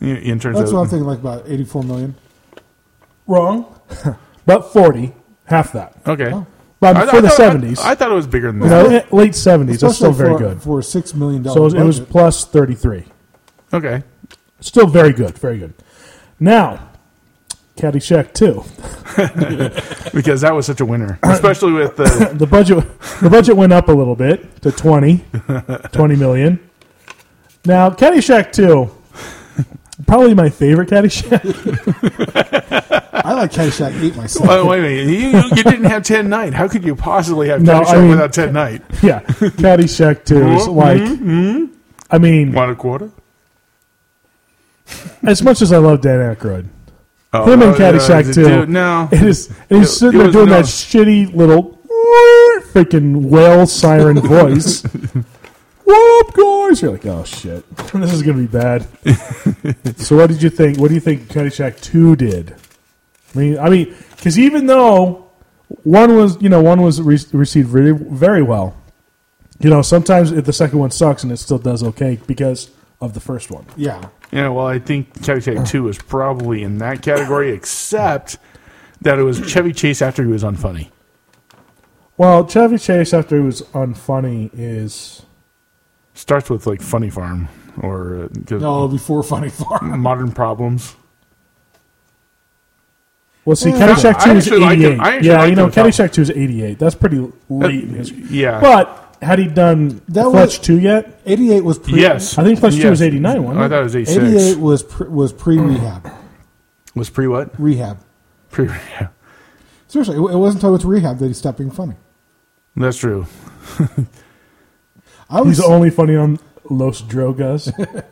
S2: in- in terms
S1: That's
S2: of.
S1: what I'm thinking, like about 84 million.
S4: Wrong, but forty, half that.
S2: Okay.
S4: But
S2: I-
S4: Oh. Um, for
S2: I
S4: the
S2: thought-
S4: seventies,
S2: I, I thought it was bigger than
S4: you
S2: that.
S4: know, eh, late seventies, that's still
S1: Especially
S4: very
S1: for,
S4: good.
S1: for six million dollars.
S4: So it was, it was
S1: budget.
S4: plus thirty-three.
S2: Okay.
S4: Still very good, very good. Now, Caddyshack two.
S2: Because that was such a winner, especially with the.
S4: The budget the budget went up a little bit to 20, 20 million. Now, Caddyshack 2, probably my favorite Caddyshack.
S1: I like Caddyshack 8 myself.
S2: Oh, wait a minute. You, you didn't have 10 night. How could you possibly have
S4: No,
S2: no,
S4: I mean-
S2: without 10 night?
S4: yeah, Caddyshack 2 is like, I mean,
S2: Want a quarter?
S4: as much as I love Dan Aykroyd,
S2: Oh,
S4: him
S2: no,
S4: and
S2: no,
S4: Caddyshack
S2: dude,
S4: 2,
S2: no.
S4: it is, it is
S2: It-
S4: sitting
S2: it
S4: there
S2: was
S4: doing
S2: no-
S4: that shitty little freaking whale siren voice. What up, guys? You're like, oh shit, this is gonna be bad. so, what did you think? What do you think Caddyshack Two did? I mean, I mean, because even though one was, you know, one was re- received really very well, you know, sometimes if the second one sucks and it still does okay because of the first one.
S1: Yeah.
S2: Yeah, well, I think Caddyshack 2 is probably in that category, except that it was Chevy Chase after he was unfunny.
S4: Well, Chevy Chase after it was unfunny is
S2: Starts with, like, Funny Farm or uh,
S1: Oh. No, before Funny Farm.
S2: Modern Problems.
S4: Well, see,
S2: Yeah,
S4: Caddyshack
S2: I
S4: Two is
S2: actually like it.
S4: eighty-eight.
S2: I actually
S4: yeah,
S2: like
S4: you know,
S2: it without-
S4: Caddyshack Two is eighty-eight. That's pretty late in history.
S2: yeah.
S4: But had he done
S1: That was-
S4: Fletch Two yet?
S1: Eighty-eight was pre-
S2: Yes,
S4: I think Fletch 2
S2: Yes.
S4: was 89, wasn't
S2: I
S4: it?
S2: thought it was eighty
S1: Eighty-eight
S2: six.
S1: was pre- was pre rehab.
S2: Was pre what?
S1: rehab.
S2: Pre.
S1: Seriously, it it wasn't until it was rehab that he stopped being funny.
S2: That's true.
S1: I was
S4: He's only funny on Los Drogas.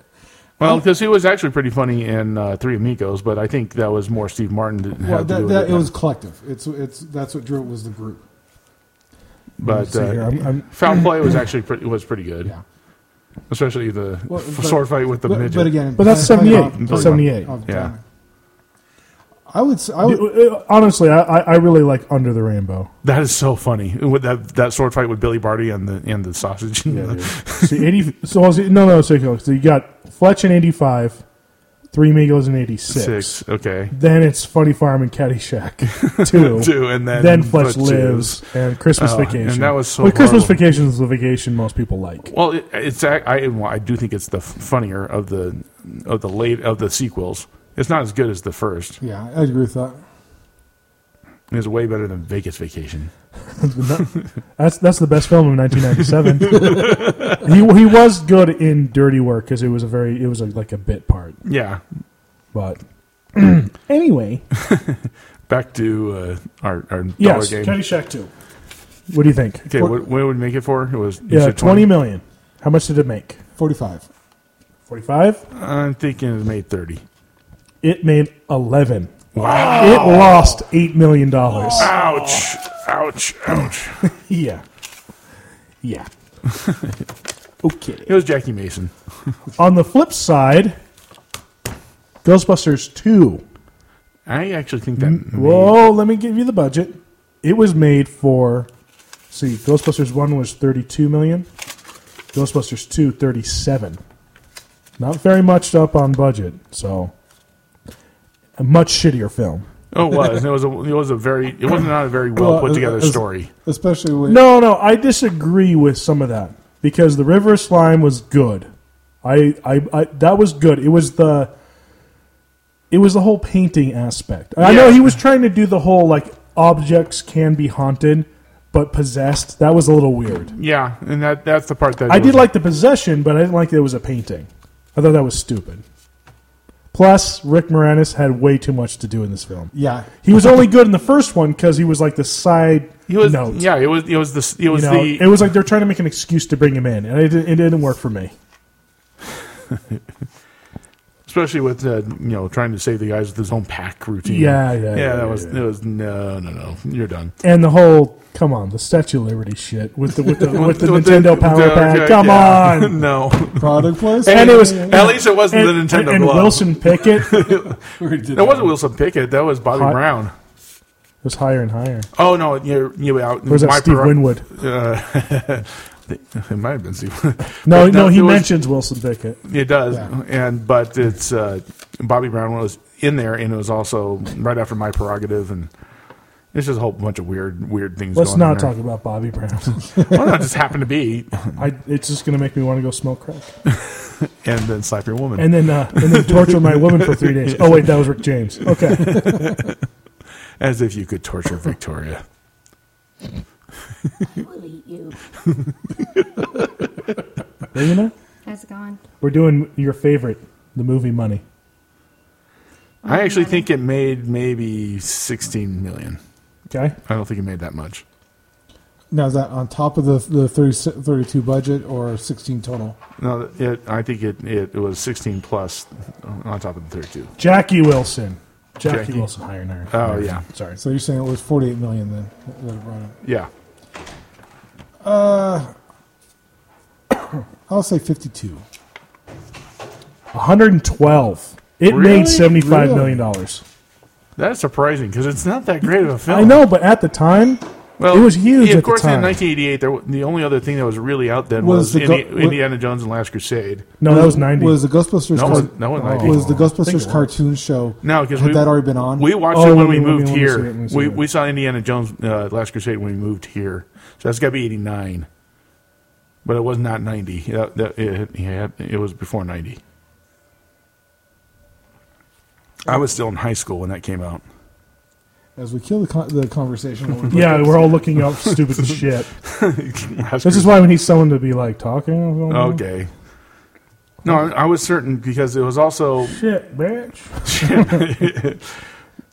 S2: Well,
S1: Oh.
S2: because he was actually pretty funny in uh, Three Amigos, but I think that was more Steve Martin that had
S1: well,
S2: to do
S1: that,
S2: with
S1: that,
S2: it.
S1: it was collective. It's it's that's what drew it was the group.
S2: but
S4: see here,
S2: uh,
S4: I'm- I'm-
S2: foul play was actually pretty, was pretty good,
S1: Yeah,
S2: especially the
S1: Well,
S2: f-
S1: but-
S2: sword fight with the
S1: but,
S2: midget.
S1: but again,
S4: But that's
S1: playing
S4: 78.
S1: off-
S2: Totally.
S4: That's 78.
S1: off
S2: Yeah.
S1: timing. I would. s- I would
S4: Uh, Honestly, I, I I really like Under the Rainbow.
S2: That is so funny. With that that sword fight with Billy Barty and the and the sausage.
S4: See, 80, so was it- no, no, so, so you got Fletch in 85, Three Amigos in 86.
S2: Six. Okay.
S4: Then it's Funny Farm and Caddyshack 2.
S2: Two, and then
S4: then Fletch
S2: Fletch
S4: lives and Christmas
S2: Oh, and
S4: Vacation.
S2: that was so
S4: But Christmas
S2: horrible.
S4: Vacation is the vacation most people like.
S2: Well, it, it's ac- I well, I do think it's the f- funnier of the of the late of the sequels. It's not as good as the first.
S1: yeah, I agree with that.
S2: It's way better than Vegas Vacation.
S4: That's that's the best film of 1997. he he was good in Dirty Work because it was a very it was a, like a bit part.
S2: Yeah.
S4: But anyway,
S2: Back to uh, our our
S4: yes,
S2: dollar game.
S4: Caddyshack two. What do you think?
S2: okay, what, what would we make it for? It was you
S4: yeah,
S2: said
S4: twenty million. How much did it make?
S1: Forty-five.
S4: Forty-five.
S2: I'm thinking it made thirty.
S4: It made eleven.
S2: Wow!
S4: It lost eight million dollars.
S2: Ouch! Ouch! Ouch!
S4: Yeah, yeah. okay.
S2: It was Jackie Mason.
S4: On the flip side, Ghostbusters two.
S2: I actually think that.
S4: Whoa, let me give you the budget. It was made for see, Ghostbusters 1 was 32 million. Ghostbusters 2 37. Not very much up on budget, so a much shittier film.
S2: Oh, it was. It was a. It was a very. It was not a very well,
S1: Well,
S2: put together
S1: as-
S2: story.
S1: Especially when
S4: No, no, I disagree with some of that because the River Slime was good. I, I, I that was good. It was the, it was the whole painting aspect. I know
S2: Yeah.
S4: he was trying to do the whole like objects can be haunted, but possessed. That was a little weird.
S2: Yeah, and that that's the part that
S4: I did
S2: was-
S4: like the possession, but I didn't like that it was a painting. I thought that was stupid. Plus, Rick Moranis had way too much to do in this film.
S1: yeah,
S4: He was only good in the first one because he was like the side
S2: He was.
S4: note.
S2: Yeah, it was. It was the. It was
S4: you know,
S2: the.
S4: it was like they're trying to make an excuse to bring him in, and it didn't, it didn't work for me.
S2: especially with uh, you know trying to save the guys with his own pack routine.
S4: Yeah, yeah,
S2: yeah.
S4: yeah,
S2: that
S4: yeah,
S2: was.
S4: yeah.
S2: It was no, no, no. You're done.
S4: And the whole come on, the Statue of Liberty shit with the with the, with the
S2: With
S4: Nintendo Power
S2: with the-
S4: Pack.
S2: okay,
S4: come
S2: yeah.
S4: on.
S2: no.
S1: product placement.
S4: And it was
S2: At least it wasn't
S4: and-
S2: the Nintendo
S4: and, and
S2: glove.
S4: Wilson Pickett it
S2: That wasn't Wilson Pickett. That was Bobby
S4: Hot-
S2: Brown.
S4: was higher and higher.
S2: Oh no, you you out.
S4: Or was that
S2: my
S4: Steve
S2: pro-
S4: Winwood?
S2: Uh, it might have been Steve.
S4: No,
S2: But
S4: no, he
S2: it was-
S4: mentions Wilson Pickett.
S2: It does,
S1: Yeah.
S2: and but it's uh, Bobby Brown was in there, and it was also right after my prerogative, and it's just a whole bunch of weird, weird things.
S4: Let's
S2: going
S4: not
S2: on
S4: talk about Bobby Brown.
S2: there. Well, no, it just happened to be,
S4: I, it's just going to make me want to go smoke crack
S2: and then slap your woman.
S4: and then uh, and then torture my woman for three days. Oh wait, that was Rick James. Okay,
S2: As if you could torture Victoria.
S3: will eat you.
S4: Raina,
S5: How's it going?
S4: we're doing your favorite, the movie Money.
S2: I actually think it made maybe sixteen million.
S4: Okay,
S2: I don't think it made that much.
S1: Now is that on top of the the 30, 32 budget or sixteen total?
S2: No, it, I think it, it was sixteen plus on top of the thirty-two.
S4: Jackie Wilson. Jackie,
S2: Jackie.
S4: Wilson, higher and higher.
S2: Oh, yeah.
S4: Sorry.
S1: So you're saying it was forty eight million then that it brought in.
S2: Yeah,
S1: I'll say fifty two.
S4: 112. It
S2: Really?
S4: made seventy-five
S1: Really?
S4: million dollars.
S2: that's surprising because it's not that great of a film.
S4: I know, but at the time,
S2: Oh. Well,
S4: it was huge.
S2: yeah,
S4: at
S2: of course,
S4: the time.
S2: in 1988, there, w- the only other thing that was really out then was,
S1: Was the
S2: Indi-
S1: go- what-
S2: Indiana Jones and Last Crusade.
S4: no, that was ninety.
S1: Was the Ghostbusters?
S2: That was-
S1: car-
S2: that wasn't 90.
S1: was the
S4: I think
S1: Ghostbusters
S4: it
S1: cartoon show?
S2: No, because
S1: had
S2: we,
S1: that already been on?
S2: We watched
S4: Oh,
S2: it when we
S4: we- we
S2: moved
S4: wanna see
S2: here.
S4: it, we wanna see
S2: we,
S4: it.
S2: we saw Indiana Jones uh, Last Crusade when we moved here, so that's got to be 89. But it was not 90. That, that, it, yeah, it was before 90. I was still in high school when that came out.
S1: as we kill the, con- the conversation. when we-
S4: Yeah, we're all looking up stupid shit.
S2: Last
S4: This is
S2: Christmas.
S4: why we need someone to be like talking.
S2: Okay. No, I, I was certain because it was also
S4: Shit, bitch.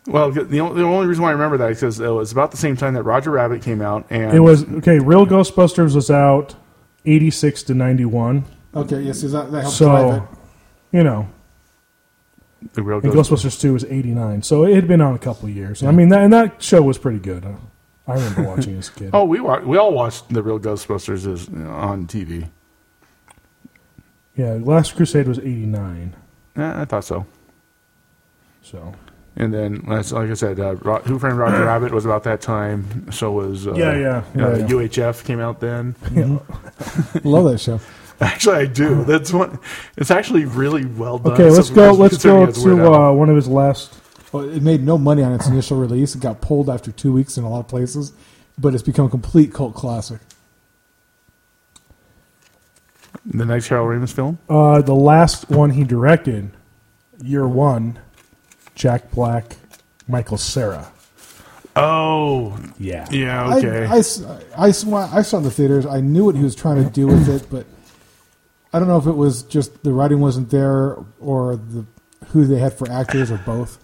S2: well. The, the only reason why I remember that is because it was about the same time that Roger Rabbit came out, and
S4: It was okay. Real Ghostbusters was out eighty six to ninety one.
S1: Okay, yes, is that, that helps drive
S4: So,
S1: it.
S4: you know,
S2: the real Ghostbusters.
S4: and Ghostbusters two was eighty nine. So it had been on a couple of years. I mean, that, and that show was pretty good. I- I remember watching it as a kid.
S2: Oh, we wa- we all watched the real Ghostbusters is you know, on TV.
S4: Yeah, Last Crusade was eighty nine.
S2: Yeah, Eh, I thought so.
S4: So
S2: And then, like like I said, uh, Ro- Who Framed Roger Rabbit was about that time. So was uh,
S4: Yeah, yeah, yeah,
S2: uh,
S4: yeah.
S2: UHF came out then.
S1: Love that show.
S2: Actually, I do. That's one. It's actually really well done.
S4: Uh-huh. okay, let's
S2: So,
S4: go. Let's
S2: considering
S4: go
S2: it's Weird
S4: to
S2: Al.
S4: uh, one of his last.
S1: Well, it made no money on its initial release. It got pulled after two weeks in a lot of places, but it's become a complete cult classic.
S2: the next Harold Ramis film.
S4: Uh, the last one he directed, year one, Jack Black, Michael Sarah.
S2: Oh,
S4: Yeah.
S2: yeah.
S1: I-
S2: Okay.
S1: I, s- I s- when I saw it in the theaters. I knew what he was trying to do with it, but I don't know if it was just the writing wasn't there or the who they had for actors or both.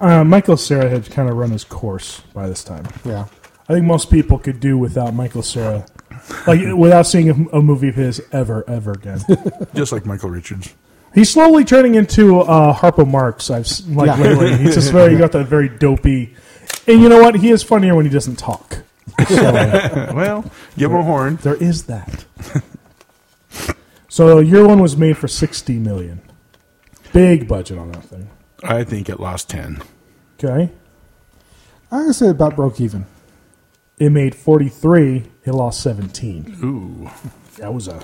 S4: Uh, Michael Sarah had kind of run his course by this time.
S1: Yeah.
S4: I think most people could do without Michael Sarah, like without seeing a, a movie of his ever, ever again.
S2: Just like Michael Richards.
S4: He's slowly turning into uh, Harpo Marx. I've s- like
S1: Yeah.
S4: lately. He's just very got that very dopey. And you know what? He is funnier when he doesn't talk.
S2: well, give him a horn.
S4: There is that. so year one was made for sixty million. Big budget on that thing.
S2: I think it lost ten.
S4: Okay,
S1: I would say about broke even.
S4: it made forty three. It lost seventeen.
S2: Ooh.
S4: That was a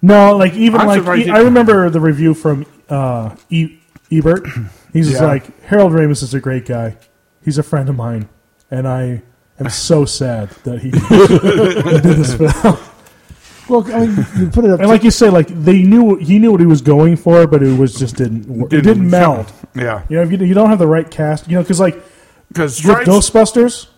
S4: no. Like even
S2: I'm
S4: like
S2: surprised
S4: e-
S2: you-
S4: I remember the review from uh, e- Ebert. He's just
S2: Yeah.
S4: like Harold Ramis is a great guy. He's a friend of mine, and I am so sad that he did this film.
S1: Well, I mean, you put it up.
S4: And like you say, like they knew he knew what he was going for, but it was just didn't work. it didn't meld.
S2: Yeah.
S4: You know, if you, you don't have the right cast, you know, because like
S2: Because
S4: with Ghostbusters,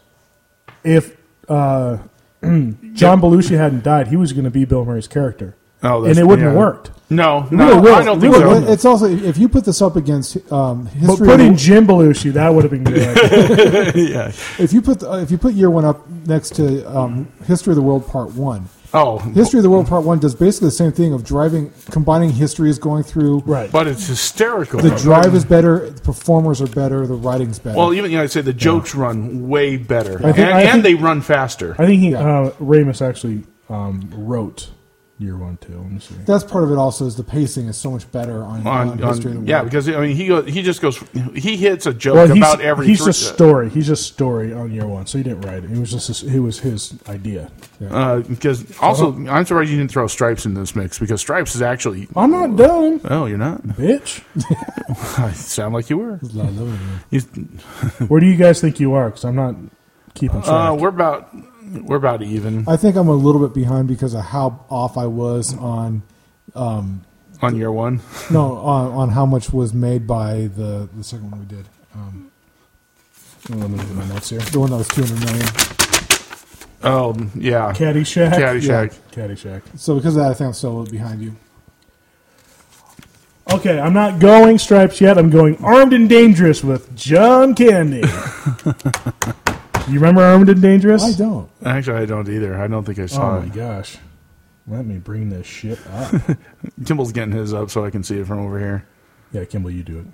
S4: if uh, John Belushi hadn't died, he was going to be Bill Murray's character,
S2: Oh, that's-
S4: and it wouldn't
S2: yeah.
S4: have worked.
S2: No,
S4: Really
S2: no,
S4: will.
S2: I don't think
S4: Really
S1: Well,
S2: so.
S4: will.
S1: it's also if you put this up against um,
S4: But
S1: history.
S4: putting Jim Belushi, that would have been good.
S2: yeah.
S1: if you put the, if you put year one up next to um, history of the world part one,
S2: Oh,
S1: history of the world part one does basically the same thing of driving, combining histories, going through.
S4: right.
S2: but it's hysterical.
S1: The drive is better. The performers are better. The writing's better.
S2: Well, even you know, I'd say the jokes run way better,
S4: I think-
S2: and,
S4: I
S2: and
S4: think-
S2: they run faster.
S4: I think he,
S1: Yeah.
S4: uh, Ramus actually um, wrote year one too. Let me see.
S1: That's part of it. Also, is the pacing is so much better on, on,
S2: on,
S1: history. of
S2: on
S1: the
S2: yeah,
S1: World.
S2: because I mean, he goes, he just goes, he hits a joke
S4: Well,
S2: about
S4: he's,
S2: every.
S4: he's
S2: three- uh,
S4: just story. He's just story on year one, so he didn't write it. It was just his, it was his idea.
S2: uh, because also,
S4: Uh-huh.
S2: I'm surprised you didn't throw Stripes in this mix because Stripes is actually.
S4: I'm not done,
S2: Oh, you're not.
S4: bitch.
S2: I sound like you were.
S1: I love it, man.
S2: You-
S4: Where do you guys think you are? Because I'm not keeping track.
S2: uh, we're about we're about even
S1: I think I'm a little bit behind because of how off I was on
S2: on year one.
S1: no on, on how much was made by the the second one we did. Um,
S4: Let me do my notes here.
S1: the one that was 200 million.
S2: Oh yeah,
S4: Caddyshack.
S2: Caddyshack.
S4: Caddyshack.
S1: So because of that, I think I'm still a little behind you.
S4: Okay, I'm not going stripes yet. I'm going armed and dangerous with John Candy. you remember Armed and Dangerous?
S1: I don't.
S2: Actually, I don't either. I don't think I saw
S4: Oh my
S2: it.
S4: gosh. Let me bring this shit up.
S2: Kimball's getting his up so I can see it from over here.
S4: yeah, Kimball, you do it.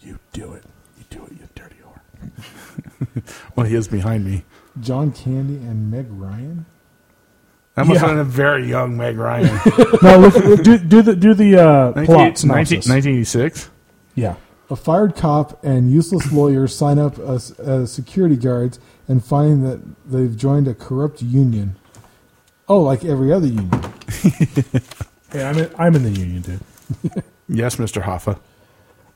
S4: You do it. You do it, you dirty whore.
S2: Well, he is behind me.
S1: John Candy and Meg Ryan.
S2: That must
S4: Yeah.
S2: have been a very young Meg Ryan.
S4: now look do, do the do the uh plot
S2: 19- 19-
S4: synopsis.
S2: 1986.
S4: yeah.
S1: A fired cop and useless lawyer sign up as, as security guards and find that they've joined a corrupt union. Oh, like every other union.
S4: Hey, I'm in, I'm in the union, dude.
S2: Yes, Mr. Hoffa.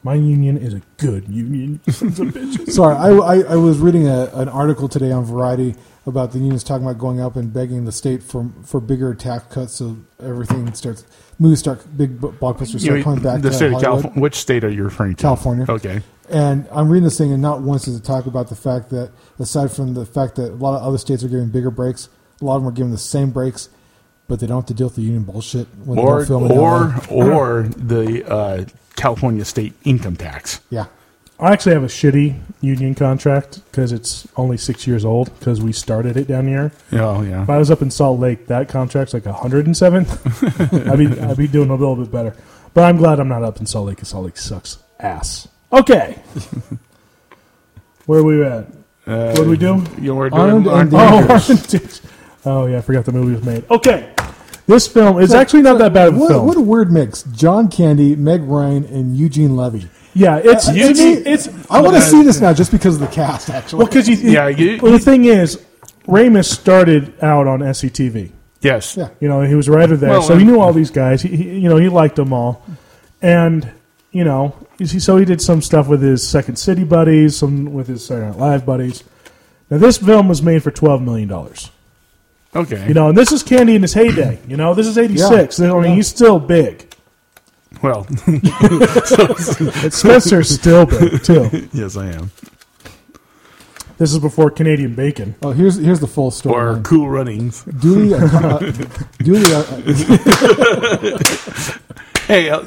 S4: My union is a good union. Sons of bitches.
S1: Sorry, I, I, I was reading a, an article today on Variety about the unions talking about going up and begging the state for for bigger tax cuts, so everything starts movies start big blockbusters
S2: You
S1: start
S2: mean
S1: coming back
S2: the
S1: to
S2: state of
S1: Hollywood.
S2: California. Which state are you referring to?
S1: California.
S2: Okay.
S1: And I'm reading this thing, and not once does it talk about the fact that, aside from the fact that a lot of other states are giving bigger breaks, a lot of them are giving the same breaks, but they don't have to deal with the union bullshit when they
S2: or
S1: don't film in
S2: or
S1: LA.
S2: or the uh, California state income tax.
S1: yeah,
S4: I actually have a shitty union contract because it's only six years old because we started it down here.
S2: Oh yeah.
S4: If I was up in Salt Lake, that contract's like 107. I'd be I'd be doing a little bit better. But I'm glad I'm not up in Salt Lake because Salt Lake sucks ass. Okay. Where are we at?
S2: Uh,
S4: what do we do?
S2: You know, we're doing
S1: Armed and
S4: Oh,
S1: dangerous.
S4: Orange- oh yeah, I forgot the movie was made. Okay. This film is actually not that bad of a
S1: What,
S4: film.
S1: what a weird mix: John Candy, Meg Ryan, and Eugene Levy.
S4: yeah, it's
S1: Uh,
S4: it's,
S1: Eugene-
S4: it's,
S1: I want to see this now just because of the cast. Actually,
S4: well because you,
S2: Yeah, you-
S4: well, the thing is, Ramus started out on SCTV.
S2: yes.
S1: Yeah.
S4: You know, he was a writer there,
S2: Well,
S4: so he
S2: and-
S4: knew all these guys. He, he, you know, he liked them all, and you know, you see- so he did some stuff with his Second City buddies, some with his Saturday Night Live buddies. Now, this film was made for twelve million dollars.
S2: Okay.
S4: You know, and this is Candy in his heyday. You know, this is '86. I mean,
S1: Yeah.
S4: he's still big.
S2: well,
S4: And Spencer's still big too.
S2: yes, I am.
S4: This is before Canadian Bacon.
S1: oh, here's here's the full story.
S2: Or Cool Runnings.
S1: Dooley, uh, Dooley, uh,
S2: Hey, uh,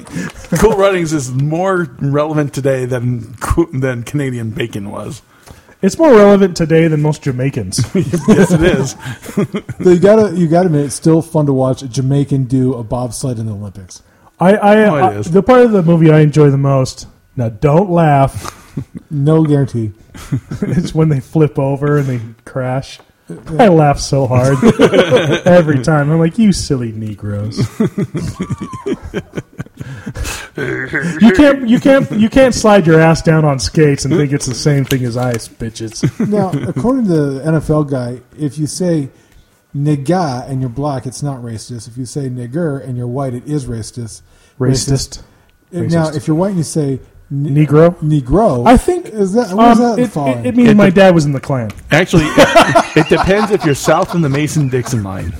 S2: Cool Runnings is more relevant today than co- than Canadian bacon was.
S4: It's more relevant today than most Jamaicans.
S2: Yes, it is.
S1: you gotta you gotta admit, it's still fun to watch a Jamaican do a bobsled in the Olympics.
S4: I, I,
S2: Oh, it
S4: I-
S2: is.
S4: the part of the movie I enjoy the most. Now, don't laugh.
S1: No guarantee.
S4: it's when they flip over and they crash. I laugh so hard every time. I'm like, you silly Negroes. you can't, you can't, you can't slide your ass down on skates and think it's the same thing as ice, bitches.
S1: Now, according to the NFL guy, if you say nigga and you're black, it's not racist. If you say nigger and you're white, it is racist.
S4: Racist,
S1: If- Now,
S4: Racist.
S1: if you're white and you say ni-
S4: Negro.
S1: negro,
S4: I think
S1: is that where's
S4: um,
S1: that
S4: it,
S1: falling?
S4: it, it means
S2: It
S4: my
S2: de-
S4: dad was in the Klan.
S2: Actually, it, it depends if you're south in the Mason Dixon line.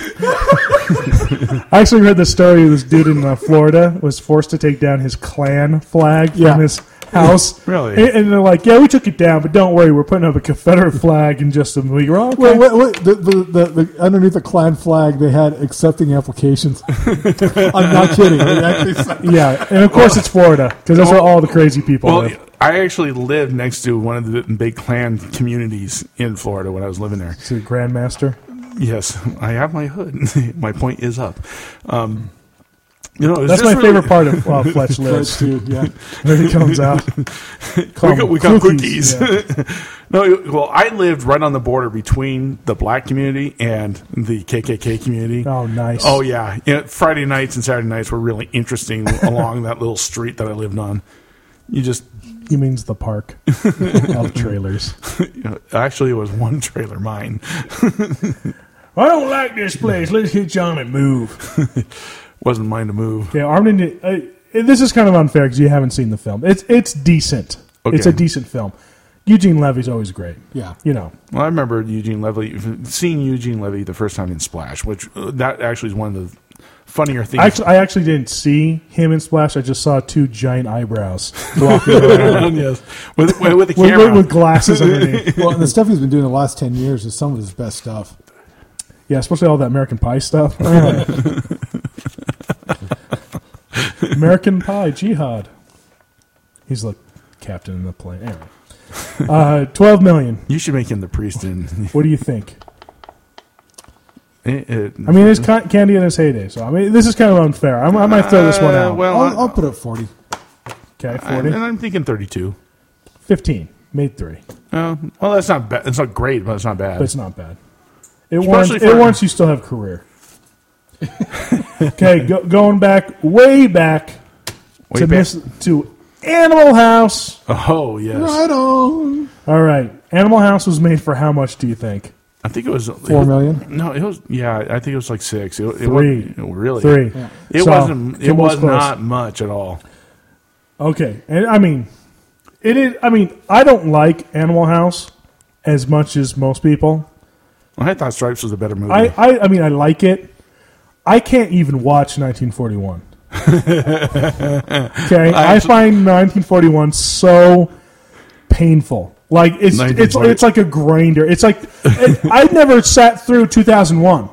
S4: I actually read the story of this dude in uh, Florida was forced to take down his Klan flag
S1: Yeah.
S4: from his house.
S2: Really?
S4: And, and they're like, "Yeah, we took it down, but don't worry, we're putting up a Confederate flag in just a week." We're all okay.
S1: Wait, wait, wait. The, the, the, the, underneath the Klan flag, they had accepting applications. I'm not kidding. They actually said-
S4: Yeah, and of course it's Florida because that's where all the crazy people
S2: Well,
S4: live.
S2: I actually lived next to one of the big Klan communities in Florida when I was living there.
S4: To the Grandmaster,
S2: Yes, I have my hood. my point is up. Um, you know,
S4: that's my favorite part of uh, Fletch lives.
S1: Dude, yeah.
S4: There he comes out. Call
S2: We got,
S4: them
S2: we got
S4: cookies.
S2: cookies.
S4: Yeah.
S2: no, it- well, I lived right on the border between the black community and the KKK community.
S4: Oh, nice.
S2: Oh yeah, yeah. Friday nights and Saturday nights were really interesting along that little street that I lived on. You just
S4: He means the park of trailers.
S2: you know, actually it was one trailer mine.
S4: I don't like this place. Let's get John and move.
S2: Wasn't mine to move.
S4: Yeah, Armed and uh, this is kind of unfair because you haven't seen the film. It's it's decent.
S2: Okay.
S4: It's a decent film. Eugene Levy's always great.
S1: Yeah.
S4: You know,
S2: Well, I remember Eugene Levy seeing Eugene Levy the first time in Splash, which uh, that actually is one of the funnier things.
S4: I actually, I actually didn't see him in Splash. I just saw two giant eyebrows walking around
S2: yes, with with the
S4: with,
S2: camera.
S4: with, with glasses underneath.
S1: Well, and the stuff he's been doing the last 10 years is some of his best stuff.
S4: Yeah, especially all that American Pie stuff. American Pie Jihad. He's like captain in the plane. Anyway. Uh, Twelve million.
S2: you should make him the priest in.
S4: What do you think?
S2: It, it-
S4: I mean, it's ca- Candy in his heyday, so I mean, this is kind of unfair. I'm, I might throw this one
S2: Uh,
S4: out.
S2: well,
S1: I'll,
S2: I-
S1: I'll put up 40.
S4: okay,
S2: I- uh,
S4: 40.
S2: and I'm thinking 32.
S4: 15. Made three,
S2: Uh, well, that's not bad. It's not great, but it's not bad.
S4: but it's not bad. It warrants,
S2: Especially for-
S4: it warrants you still have career. okay, go, going back, way back,
S2: Way
S4: to,
S2: back-
S4: Miss, to Animal House.
S2: oh yes,
S1: Right on.
S4: All right, Animal House was made for how much do you think?
S2: I think it was
S1: Four million?
S2: No, it was yeah. I think it was like six. It, it
S4: Three.
S2: wa- really
S4: Three.
S2: It
S4: So,
S2: wasn't. It
S4: Kimball's
S2: was
S4: close.
S2: not much at all.
S4: Okay, and I mean, it is. I mean, I don't like Animal House as much as most people.
S2: I thought Stripes was a better movie.
S4: I, I, I mean, I like it. I can't even watch 1941. Okay,
S2: I
S4: I,
S2: actually-
S4: find 1941 so painful. Like it's it's
S2: 1940.
S4: it's like a grinder. It's like it, I never sat through 2001.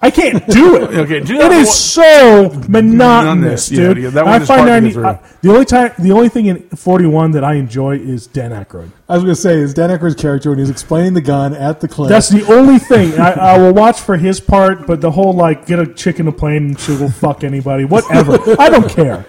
S4: I can't do it.
S2: Okay,
S4: it
S2: 2001
S4: is so monotonous,
S2: Monotonous, yeah,
S4: dude.
S2: yeah, that one
S4: I
S2: is
S4: find
S2: hard to get
S4: 90 I- the only time the only thing in 41 that I enjoy is Dan Aykroyd.
S1: I was going to say, is Dan Aykroyd's character when he's explaining the gun at the clinic?
S4: That's the only thing I, I will watch for his part. But the whole like get a chick in a plane and she will fuck anybody, whatever. I don't care.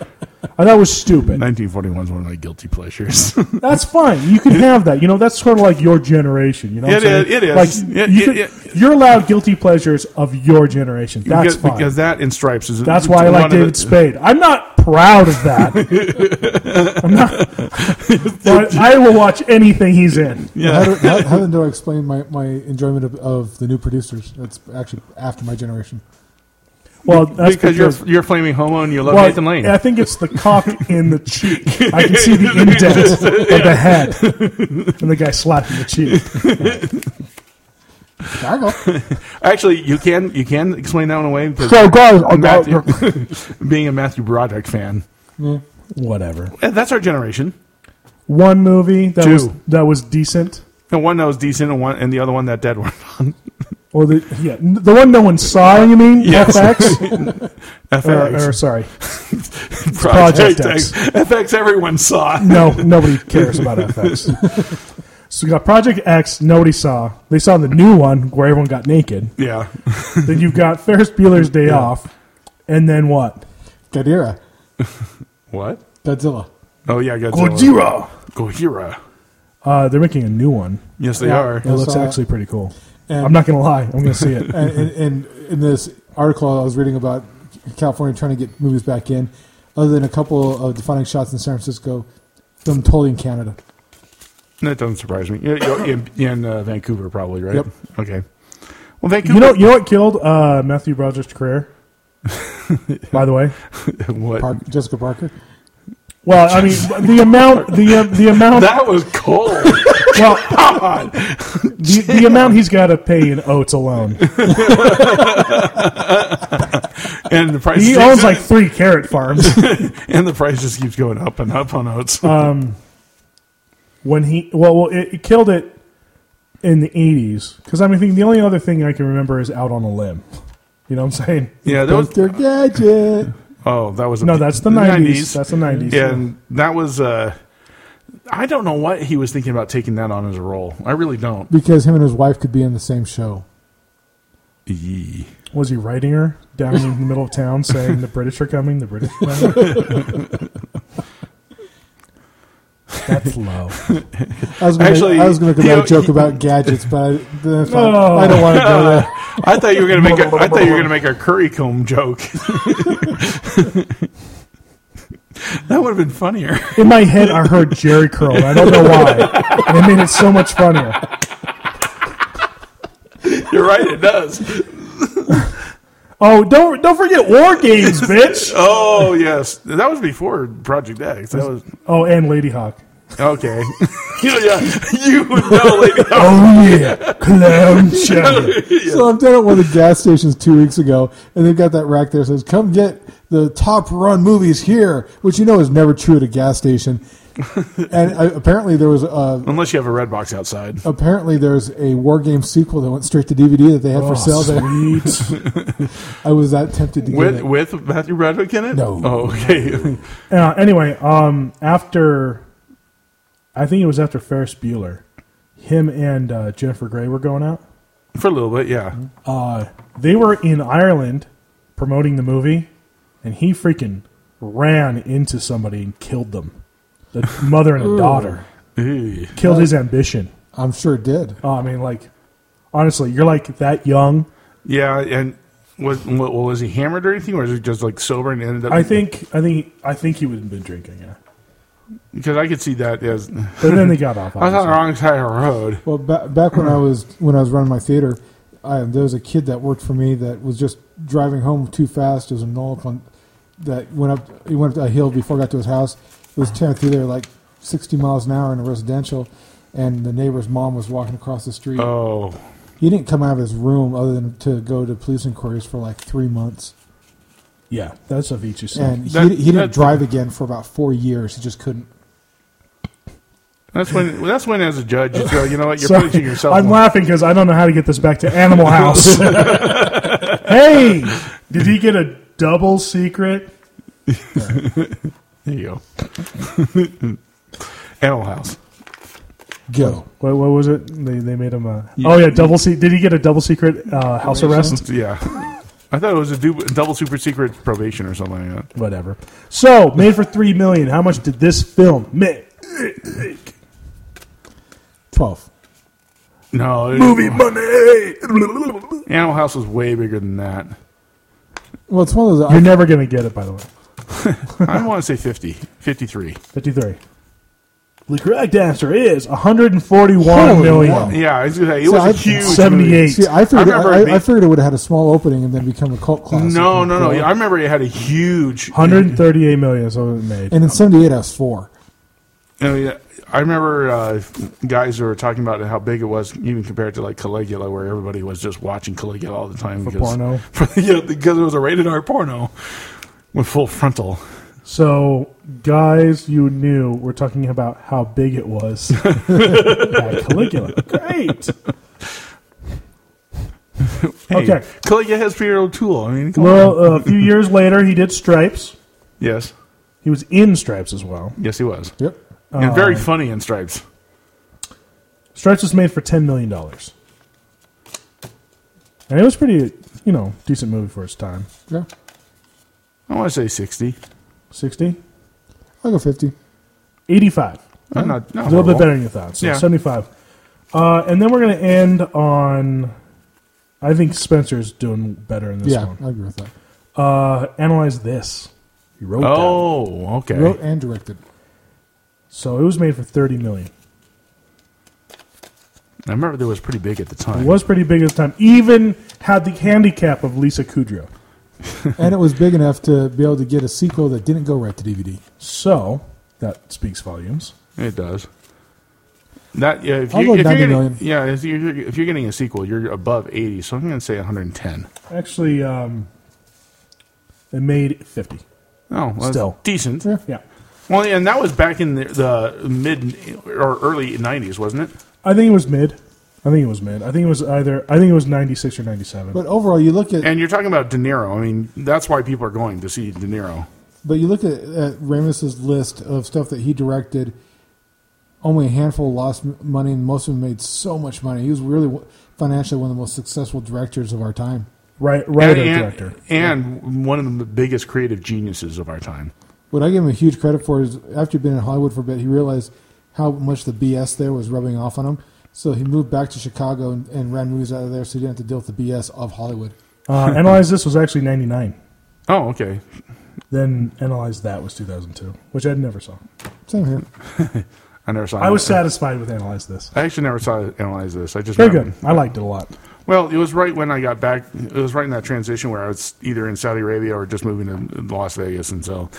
S4: Uh, That was stupid.
S2: 1941 is one of my guilty pleasures.
S4: That's fine. You can have that. You know, that's sort of like your generation. You know, what
S2: It
S4: I'm
S2: is- it
S4: saying?
S2: is.
S4: Like
S2: It-
S4: you
S2: it-
S4: could-
S2: it-
S4: you're allowed guilty pleasures of your generation.
S2: because,
S4: That's fine.
S2: because that in Stripes is
S4: that's why I like
S2: one of
S4: David
S2: the-
S4: Spade. I'm not proud of that. I'm not, but I will watch anything he's in.
S1: How, do, how, how then do I explain my, my enjoyment of, of the new producers? That's actually after my generation.
S4: Well, that's
S2: Because you're you're flaming homo and you love
S4: well,
S2: Nathan Lane.
S4: I think it's the cock in the cheek. I can see the indent of the head, and the guy slapping the cheek.
S1: Gargle.
S2: Actually, you can you can explain that one away because
S4: So, guys, I got
S2: Matthew,
S4: your-
S2: being a Matthew Broderick fan.
S4: whatever.
S2: Eh, That's our generation.
S4: One movie that
S2: Two.
S4: was that was decent.
S2: The one that was decent, and one and the other one that dead one.
S4: Or the yeah, n- the one no one saw. You mean
S2: Yes.
S4: FX?
S2: FX
S4: or, or sorry, Project X.
S2: FX. Everyone saw.
S4: no, nobody cares about FX. So you got Project X. Nobody saw. They saw the new one where everyone got naked.
S2: Yeah,
S4: then you've got Ferris Bueller's Day Off, and then what?
S1: Gadira.
S2: what?
S1: Godzilla.
S2: Oh yeah, Godzilla.
S4: Gojira.
S2: Gojira.
S4: Uh, they're making a new one.
S2: Yes, they
S1: Yeah.
S2: are.
S4: It looks
S1: saw that.
S4: actually pretty cool.
S1: And-
S4: I'm not gonna lie. I'm gonna see it.
S1: and,
S2: Mm-hmm.
S1: and, and in this article I was reading about California trying to get movies back in, other than a couple of defining shots in San Francisco, them totally in Canada.
S2: That doesn't surprise me. Yeah, you're In, in uh, Vancouver, probably right.
S1: Yep.
S2: Okay. Well, Vancouver.
S4: You know, you know what killed uh, Matthew Broderick's career? By the way,
S2: what?
S1: Park, Jessica Parker.
S4: well, I mean the amount, the uh, the amount
S2: That was cold.
S4: Well, the, the amount he's got to pay in oats alone.
S2: and the price.
S4: He owns like three carrot farms.
S2: and the price just keeps going up and up on oats.
S4: Uh, When he well, well it, it killed it in the eighties because I mean I think the only other thing I can remember is out on a limb. You know what I'm saying?
S2: yeah, that was.
S1: Dr. Gadget.
S2: Oh, that was
S4: No, that's the nineties. That's the nineties.
S2: and that was. uh I don't know what he was thinking about taking that on as a role. I really don't.
S1: Because him and his wife could be in the same show.
S2: Yee.
S4: Was he writing her down in the middle of town saying the British are coming? The British are coming. That's low.
S1: I was gonna,
S2: Actually,
S1: I was going to make
S2: you
S1: a
S2: know,
S1: joke
S2: he-
S1: about gadgets, but I, then I, thought,
S4: Oh.
S1: I don't want to go there.
S2: I thought you were gonna make. A, I thought you were gonna make a curry comb joke. that would have been funnier.
S4: In my head, I heard Jerry curl. I don't know why. And it made it so much funnier.
S2: You're right. It does.
S4: Oh, don't don't forget War Games, bitch.
S2: Oh yes, that was before Project X. That was
S4: oh, and Lady Hawk.
S2: okay. yeah, yeah. you would know, lady.
S4: Oh yeah, clown shadow.
S1: So I'm down at one of the gas stations two weeks ago, and they've got that rack there that says, "Come get the top run movies here," which you know is never true at a gas station. and uh, apparently there was a
S2: Unless you have a red box outside.
S1: apparently there's a war game sequel that went straight to DVD that they had for sale. There,
S4: Oh, Sweet.
S1: I was that tempted to get
S2: With
S1: it.
S2: with Matthew Broderick in it?
S1: No.
S2: Oh, okay.
S4: Uh, anyway, um, after I think it was after Ferris Bueller, him and uh, Jennifer Grey were going out.
S2: For a little bit, yeah.
S4: Uh, they were in Ireland promoting the movie, and he freaking ran into somebody and killed them. The mother and a daughter
S2: Ew.
S4: killed his ambition.
S1: I'm sure it did.
S4: Oh, I mean, like, honestly, you're like that young.
S2: Yeah, and was what, what, was he hammered or anything, or is he just like sober and ended up?
S4: I think, I think, I think he would have been drinking. Yeah,
S2: because I could see that as I
S4: but then they got off.
S2: was on the
S4: obviously.
S2: wrong side of the road.
S1: Well, ba- back when I was when I was running my theater, I, there was a kid that worked for me that was just driving home too fast. It was a Nolcon that went up. He went up a hill before he got to his house. It was tearing through there like sixty miles an hour in a residential, and the neighbor's mom was walking across the street.
S2: Oh,
S1: He didn't come out of his room other than to go to police inquiries for like three months.
S4: Yeah, that stuff eats you sick.
S1: And he,
S2: That-
S1: he didn't
S2: that-
S1: drive again for about four years. He just couldn't.
S2: That's when. That's when, as a judge, you go, you know what? You're
S4: Sorry.
S2: punishing yourself.
S4: I'm
S2: more.
S4: laughing because I don't know how to get this back to Animal House. hey, did he get a double secret?
S2: There you go. Animal House.
S1: Go.
S4: What, what was it? They, they made him a. Oh yeah, double secret. Did he get a double secret uh, house arrest?
S2: Yeah. I thought it was a du- double super secret probation or something like that.
S4: Whatever. So made for three million. How much did this film make?
S1: 12.
S2: No, it-
S4: Movie money.
S2: Animal House was way bigger than that.
S1: Well, it's one of those.
S4: You're
S1: I,
S4: never gonna get it, by the way.
S2: I want to say 50, 53.
S4: 53. The correct answer is 141
S1: Holy
S4: million.
S1: wow.
S2: Yeah, I was gonna say, it
S1: So
S2: was a
S1: I-
S2: huge. movie.
S4: 78.
S1: see, I figured,
S2: I
S1: I,
S2: remember it
S1: I,
S2: being-
S1: I figured it would have had a small opening and then become a cult classic.
S2: No, no, no. Yeah, I remember it had a huge.
S4: 138 million is what it made.
S1: And in 78, I was four.
S2: I, mean, I remember uh, guys who were talking about how big it was, even compared to like Caligula, where everybody was just watching Caligula all the time for
S4: porno?
S2: yeah, because it was a rated R porno with full frontal.
S4: So, guys, you knew we're talking about how big it was. By Caligula. Great.
S2: Hey,
S4: Okay.
S2: Caligula has Peter O'Toole. I mean, come on.
S4: Well, uh, a few years later, he did Stripes.
S2: yes,
S4: He was in Stripes as well.
S2: yes, he was,
S1: Yep.
S2: and
S4: Uh,
S2: very funny in stripes.
S4: Stripes was made for $10 million. And it was pretty, you know, decent movie for its time.
S1: Yeah.
S2: I want to say sixty.
S4: 60?
S1: I'll go 50.
S4: 85.
S2: I'm not, not
S4: uh, A little bit
S2: horrible.
S4: better than you thought. So
S2: Oh. Yeah.
S4: 75. Uh, and then we're going to end on. I think Spencer's doing better in this
S1: yeah,
S4: one.
S1: I agree with that.
S4: Uh, analyze this. He wrote that.
S2: Oh, okay.
S1: Wrote and directed.
S4: So it was made for 30 million.
S2: I remember that was pretty big at the
S4: It
S2: time.
S4: was pretty big at the time. Even had the handicap of Lisa Kudrow.
S1: and it was big enough to be able to get a sequel that didn't go right to DVD.
S4: So that speaks volumes.
S2: It does. That yeah, if,
S1: I'll
S2: you,
S1: go
S2: if you're
S1: 90
S2: getting,
S1: million.
S2: yeah, if you're, if you're getting a sequel, you're above eighty. So I'm going to say 110.
S4: Actually, um, it made 50.
S2: Oh, well,
S4: Still.
S2: decent.
S1: Yeah.
S4: Yeah.
S2: Well, and that was back in the, the mid or early 90s, wasn't it?
S4: I think it was mid. I think it was mid. I think it was either. I think it was 96 or 97.
S1: But overall, you look at
S2: And you're talking about De Niro. I mean, that's why people are going to see De Niro.
S1: but you look at, at Ramis's list of stuff that he directed. Only a handful lost m- money, and most of them made so much money. He was really w- financially one of the most successful directors of our time.
S4: right, writer,
S2: and, and-
S4: director.
S2: and one of the biggest creative geniuses of our time.
S1: What I give him a huge credit for is after he'd been in Hollywood for a bit, he realized how much the BS there was rubbing off on him. So he moved back to Chicago and, and ran movies out of there, so he didn't have to deal with the BS of Hollywood.
S4: Uh, analyze this was actually 99.
S2: Oh, okay.
S4: Then analyze that was 2002, which I never saw.
S1: Same here.
S2: I never saw.
S4: I was
S2: that.
S4: satisfied with analyze this.
S2: I actually never saw it analyze this. I just
S4: Very
S2: remember-
S4: good. I liked it a lot.
S2: Well, it was right when I got back. It was right in that transition where I was either in Saudi Arabia or just moving to Las Vegas, and so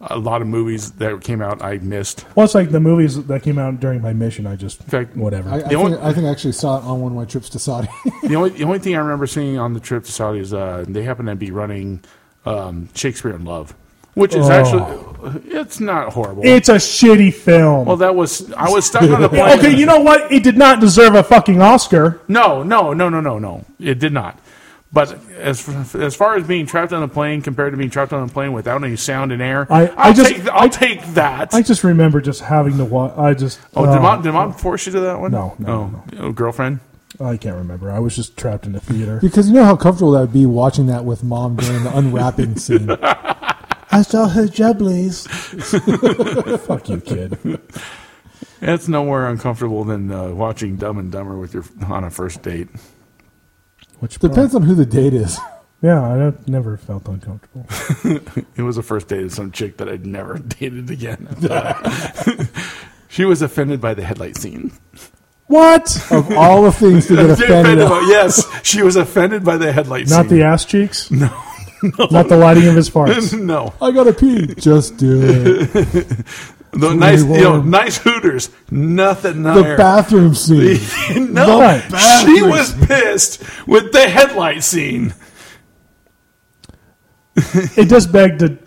S2: a lot of movies that came out I missed.
S4: Plus, like the movies that came out during my mission, I just
S2: fact,
S4: whatever.
S1: I, I,
S2: The
S1: think,
S2: only-
S1: I think I actually saw it on one of my trips to Saudi.
S2: the only the only thing I remember seeing on the trip to Saudi is uh, they happened to be running um, Shakespeare in Love, which is
S4: Oh.
S2: actually it's not horrible.
S4: it's a shitty film.
S2: well, that was I was stuck on the plane.
S4: okay, you know what? It did not deserve a fucking Oscar.
S2: No, no, no, no, no, no. It did not. But as as far as being trapped on a plane compared to being trapped on a plane without any sound and air,
S4: I- I
S2: I'll
S4: just-
S2: take, th- I'll take that.
S4: I just remember just having to watch. I just
S2: Oh,
S4: uh,
S2: did mom did mom force you to that one?
S4: No, no,
S2: oh, oh, girlfriend.
S4: I can't remember. I was just trapped in a theater.
S1: Because you know how comfortable that would be watching that with mom during the unwrapping scene. I saw her jubblies.
S4: Fuck you, kid.
S2: It's nowhere uncomfortable than uh, watching Dumb and Dumber with your on a first date.
S4: Which
S1: Depends on who the date is.
S4: Yeah, I don't- never felt uncomfortable.
S2: It was a first date of some chick that I'd never dated again. she was offended by the headlight scene.
S4: what?
S1: Of all the things to get offended at.
S2: by, yes, she was offended by the headlight
S4: Not the
S2: scene.
S4: ass cheeks. No, Not the lighting of his farts.
S2: no.
S1: I gotta pee. Just do it.
S2: The nice, you know,
S1: warm.
S2: nice Hooters, nothing
S1: The
S2: higher.
S1: bathroom scene.
S2: no,
S4: Right.
S2: she was pissed with the headlight scene.
S4: it does beg to,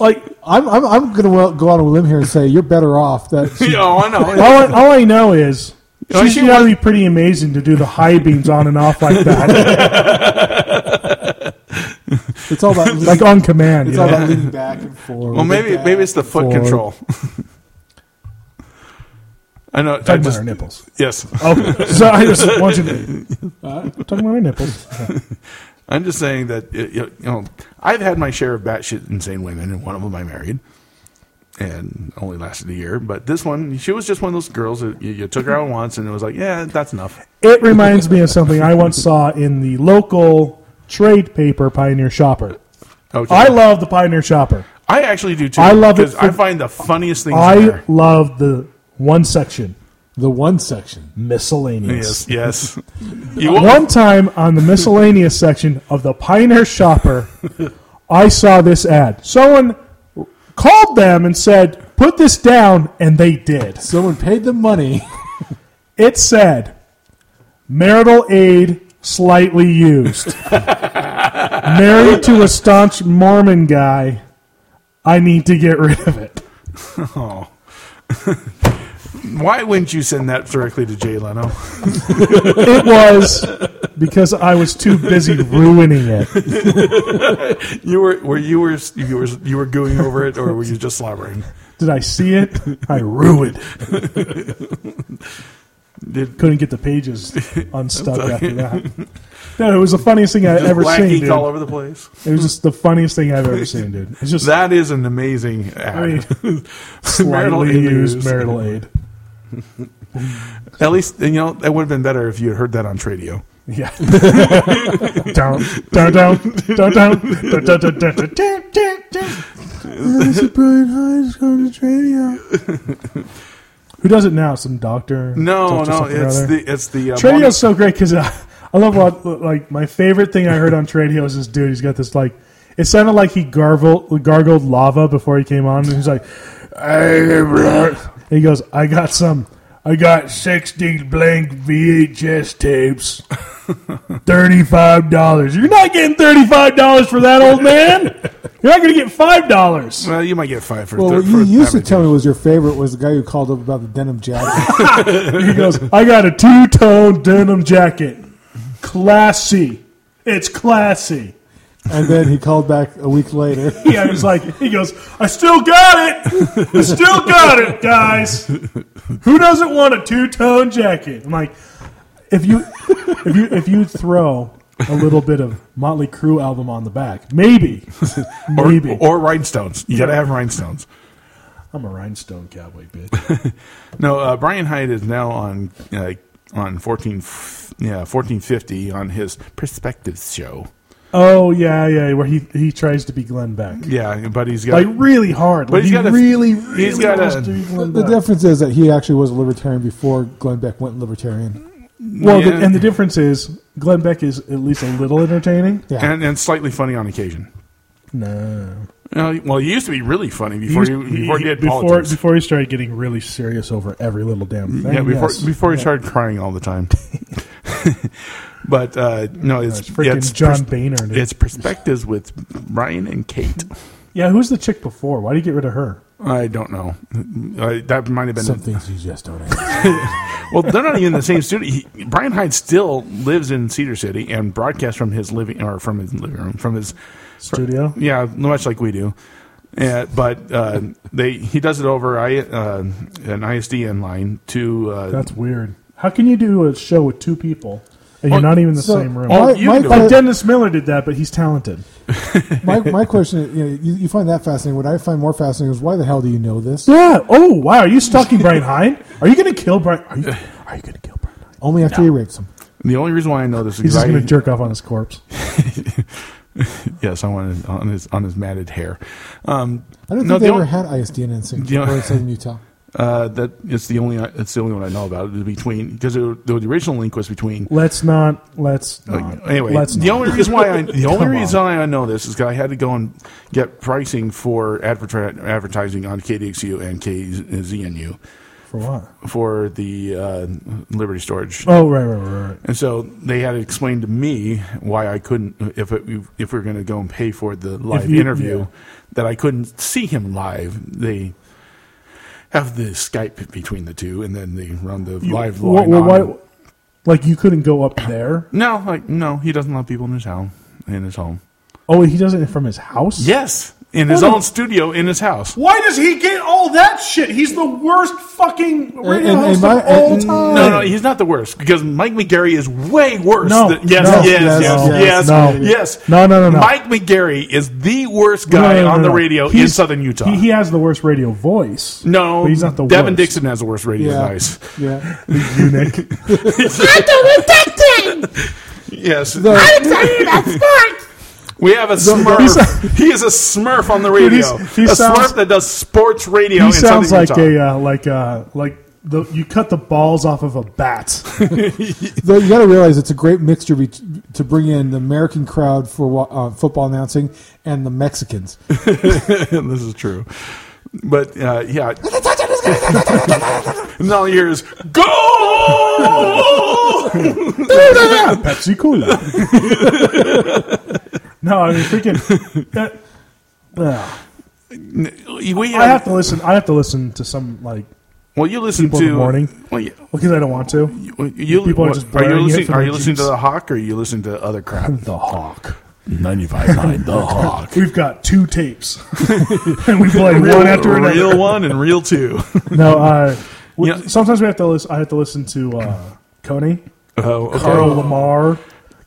S4: like,
S1: I'm, I'm, I'm going to well, go on a limb here and say you're better off that she,
S2: oh, I know.
S4: all I, all I know is
S2: Oh,
S4: she's
S2: she
S4: got to be pretty amazing to do the high beams on and off like that,
S1: it's all about leaning,
S4: like on command.
S1: it's
S4: you
S1: all
S4: know?
S1: about leaning back and forward.
S2: Well, maybe
S1: back
S2: maybe it's the
S1: and
S2: foot
S1: forward.
S2: control. I know. I
S4: Talking about
S2: just,
S4: her nipples.
S2: yes,
S4: Oh, so I just want you to uh, talking about her nipples.
S2: I'm just saying that it, you know I've had my share of batshit insane women, and one of them I married, and only lasted a year. But this one, she was just one of those girls that you, you took her out once, and it was like, yeah, that's enough.
S4: It reminds me of something I once saw in the local trade paper Pioneer Shopper.
S2: Okay.
S4: I love the Pioneer Shopper.
S2: I actually do too.
S4: I love it
S2: 'cause I
S4: for-
S2: find the funniest things. in
S4: I
S2: there.
S4: love the one section
S1: The one section.
S4: miscellaneous.
S2: Yes, yes. You won't-
S4: One time on the miscellaneous section of the Pioneer Shopper, I saw this ad. Someone called them and said, "Put this down," and they did.
S1: Someone paid them money.
S4: It said, marital aid slightly used. Married to a staunch Mormon guy. I need to get rid of it.
S2: Why wouldn't you send that directly to Jay Leno?
S4: It was because I was too busy ruining it.
S2: You were, were you were you were you were gooing over it, or were you just slobbering?
S4: Did I see it? I ruined it.
S2: Did
S4: Couldn't get the pages unstuck after that. No, it was the funniest thing I've ever
S2: black
S4: seen,
S2: ink
S4: dude.
S2: all over the place?
S4: It was just the funniest thing I've ever seen, dude. It's just
S2: That is an amazing ad.
S4: I mean,
S2: Marital
S4: slightly
S2: aid
S4: used
S2: used.
S4: marital aid.
S2: At least you know that would have been better if you had heard that on Tradio.
S4: Yeah. down, down, down, down, down, down, down, down, down, down, down, down.
S1: Brian Hines going to Tradio.
S4: Who does it now? Some doctor?
S2: No,
S4: doctor
S2: no,
S4: something or
S2: it's
S4: other?
S2: the it's the uh,
S4: Tradio's so great because I, I love what like my favorite thing I heard on Tradio is this dude. He's got this like it sounded like he gargled gargled lava before he came on, and he's like, and he goes, I got some. I got 60 blank VHS tapes. $35. You're not getting $35 for that, old man. You're not going to get $5.
S2: Mon- well, you might get five for.
S1: Well,
S2: thir-
S1: what you
S2: for
S1: used to
S2: damage.
S1: tell me was your favorite was the guy who called up about the denim jacket.
S4: He goes, I got a two tone denim jacket. Classy. It's classy.
S1: and then he called back a week later.
S4: Yeah, he's like, he goes, I still got it. I still got it, guys. Who doesn't want a two tone jacket? I'm like, if you if you if you throw a little bit of Motley Crue album on the back, maybe.
S2: or,
S4: Maybe.
S2: or rhinestones. You gotta have rhinestones.
S4: I'm a rhinestone cowboy bitch.
S2: No, uh, Brian Hyde is now on uh, on fourteen, f- yeah, fourteen fifty on his Perspectives show.
S4: Oh yeah, yeah, where he he tries to be Glenn Beck.
S2: Yeah, but he's got
S4: Like really hard.
S2: But
S4: Like,
S2: he's
S4: he
S2: got a-
S4: really,
S2: he's
S4: really
S2: got a-
S4: wants to be Glenn
S1: The
S4: Beck.
S1: difference is that he actually was a libertarian before Glenn Beck went libertarian.
S4: Well, the,
S2: Yeah.
S4: and the difference is Glenn Beck is at least a little entertaining.
S1: Yeah.
S2: and, and slightly funny on occasion.
S4: No,
S2: Uh, well, he used to be really funny before he, before he did
S4: before
S2: politics.
S4: before he started getting really serious over every little damn thing.
S2: yeah, before
S4: yes.
S2: before he started crying all the time. but uh, no, it's,
S4: It's freaking
S2: yeah, it's
S4: John
S2: pers-
S4: Boehner. dude.
S2: it's perspectives with Ryan and Kate.
S4: yeah, who's the chick before? Why do you get rid of her?
S2: I don't know. I, that might have been
S1: Some things you just don't understand.
S2: well. They're not even in the same studio. He, Brian Hyde still lives in Cedar City and broadcasts from his living or from his living room from his
S4: Studio.
S2: Yeah, much like we do. Uh, but uh, they he does it over I, uh, an ISDN line to uh,
S4: That's weird. How can you do a show with two people and you're
S2: Well,
S4: not even in the
S1: so
S4: same room?
S2: all-
S1: My,
S2: you
S1: my,
S2: can do
S4: like
S1: my,
S4: Dennis Miller did that, but he's talented.
S1: my, my question, is, you, know, you, you find that fascinating. What I find more fascinating is why the hell do you know this?
S4: Yeah. Oh wow, are you stalking Brian Hyde? Are you going to kill Brian? Are you, are you going to kill Brian? Hyde?
S1: Only after he rapes him.
S2: the only reason why I know this
S4: He's
S2: is
S4: just going to
S2: I,
S4: jerk off on his corpse.
S2: yes I want on his on his matted hair. Um,
S1: I don't think
S2: No,
S1: they
S2: the
S1: ever
S2: only-
S1: had ISDN in Sing-
S2: Yeah.
S1: or in Southern Utah.
S2: uh, that it's the only it's the only one I know about It was between because the original link was between.
S4: Let's not. Let's
S2: like,
S4: not.
S2: anyway,
S4: let's
S2: the
S4: not.
S2: only reason why I the only
S4: on.
S2: reason why I know this is because I had to go and get pricing for advertra- advertising on KDXU and KZNU.
S1: For what?
S2: for the uh, Liberty Storage.
S4: Oh, right, right, right, right.
S2: And so they had to explain to me why I couldn't, if it, if we were going to go and pay for the live
S4: you-
S2: interview,
S4: yeah.
S2: that I couldn't see him live. They have the Skype between the two, and then they run the live
S4: Wh-
S2: line.
S4: wh-
S2: on.
S4: why- like you couldn't go up there.
S2: No, like no, he doesn't let people in his home. In his home,
S4: Oh, he does it from his house.
S2: yes, in his
S4: What a-
S2: own studio in his house.
S4: Why does he get all that shit? He's the worst fucking radio
S1: and-
S4: host
S1: and my-
S4: of all
S1: and-
S4: time.
S2: No, no, he's not the worst because Mike McGarry is way worse.
S4: No,
S2: than, yes,
S4: no,
S2: yes,
S1: no,
S2: yes, yes,
S1: no,
S2: yes,
S4: no. No, no, no, no.
S2: Mike McGarry is the worst
S4: No, no,
S2: guy
S4: no, no,
S2: on the
S4: no.
S2: radio in
S4: He's-
S2: Southern Utah.
S4: He, he has the worst radio voice.
S2: no,
S4: but he's not the
S2: Devin
S4: worst.
S2: Dixon has the worst radio
S1: Yeah.
S2: voice.
S1: Yeah.
S4: eunuch.
S2: Yes,
S1: The-
S2: we have a
S4: he's
S2: Smurf. he is a Smurf on the radio.
S4: he's- he
S2: a
S4: sounds-
S2: Smurf that does sports radio.
S4: He
S2: in
S4: sounds
S2: Southern
S4: like
S2: Utah.
S4: a uh, like uh, like the you cut the balls off of a bat.
S1: Though you got to realize it's a great mixture be- to bring in the American crowd for wa- uh, football announcing and the Mexicans.
S4: uh,
S2: this is true. But uh, yeah, and all years go.
S4: Pepsi Cola. no, I mean freaking. That, Ugh.
S2: we
S4: I have to listen. I have to listen to some like
S2: Well, you listen
S4: People
S2: to
S4: in the morning.
S2: Well, yeah,
S4: because I don't want to.
S2: you, you,
S4: People are
S2: what-
S4: just
S2: are you
S4: blaring it
S2: listening?
S4: from
S2: Are
S4: the
S2: you listening to
S4: Jeeps.
S2: the Hawk or are you listening to other crap?
S4: The Hawk.
S2: Ninety-five nine, the Hawk.
S4: We've got two tapes, and we play
S2: Real,
S4: one after another.
S2: real one and real two.
S4: No, uh, we-
S2: Yeah.
S4: sometimes we have to. Listen, I have to listen to uh, Coney,
S2: Oh, okay.
S4: Carl Lamar,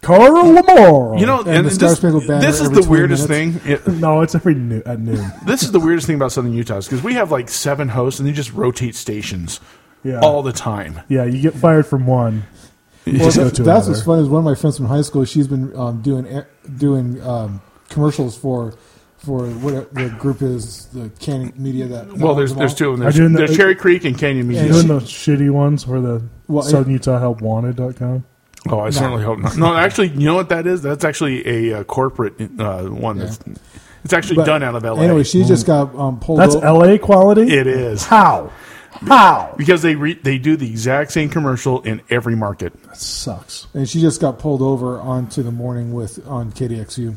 S4: Carl Lamar.
S2: You know, and,
S1: And the Star
S2: this,
S1: Spangled Banner
S2: this is
S1: every
S2: the
S1: 20
S2: weirdest thing. Yeah,
S4: no, it's every new, at noon.
S2: this is the weirdest thing about Southern Utah because we have like seven hosts and they just rotate stations
S4: Yeah.
S2: all the time.
S4: Yeah, you get fired from one. you just go to
S1: That's
S4: another.
S1: what's fun is one of my friends from high school. She's been um, doing air- doing um, commercials for for what the group is the Canning Media that.
S2: Well, there's there's two of them.
S4: Are you
S2: There's,
S4: in the-
S2: there's Cherry Creek and Canyon Museum.
S4: Doing those shitty ones for the
S1: Well, it-
S4: Southern Utah Help Wanted.com.
S2: Oh, I certainly hope not. No, actually, you know what that is? That's actually a uh, corporate uh, one. That's it's actually
S1: But
S2: done out of L.A.
S1: Anyway, she just got um, pulled.
S4: Mm. That's
S1: o-
S4: LA quality?
S2: it is
S4: How? How?
S2: because they re- they do the exact same commercial in every market.
S4: That sucks.
S1: and she just got pulled over onto the morning with on KDXU.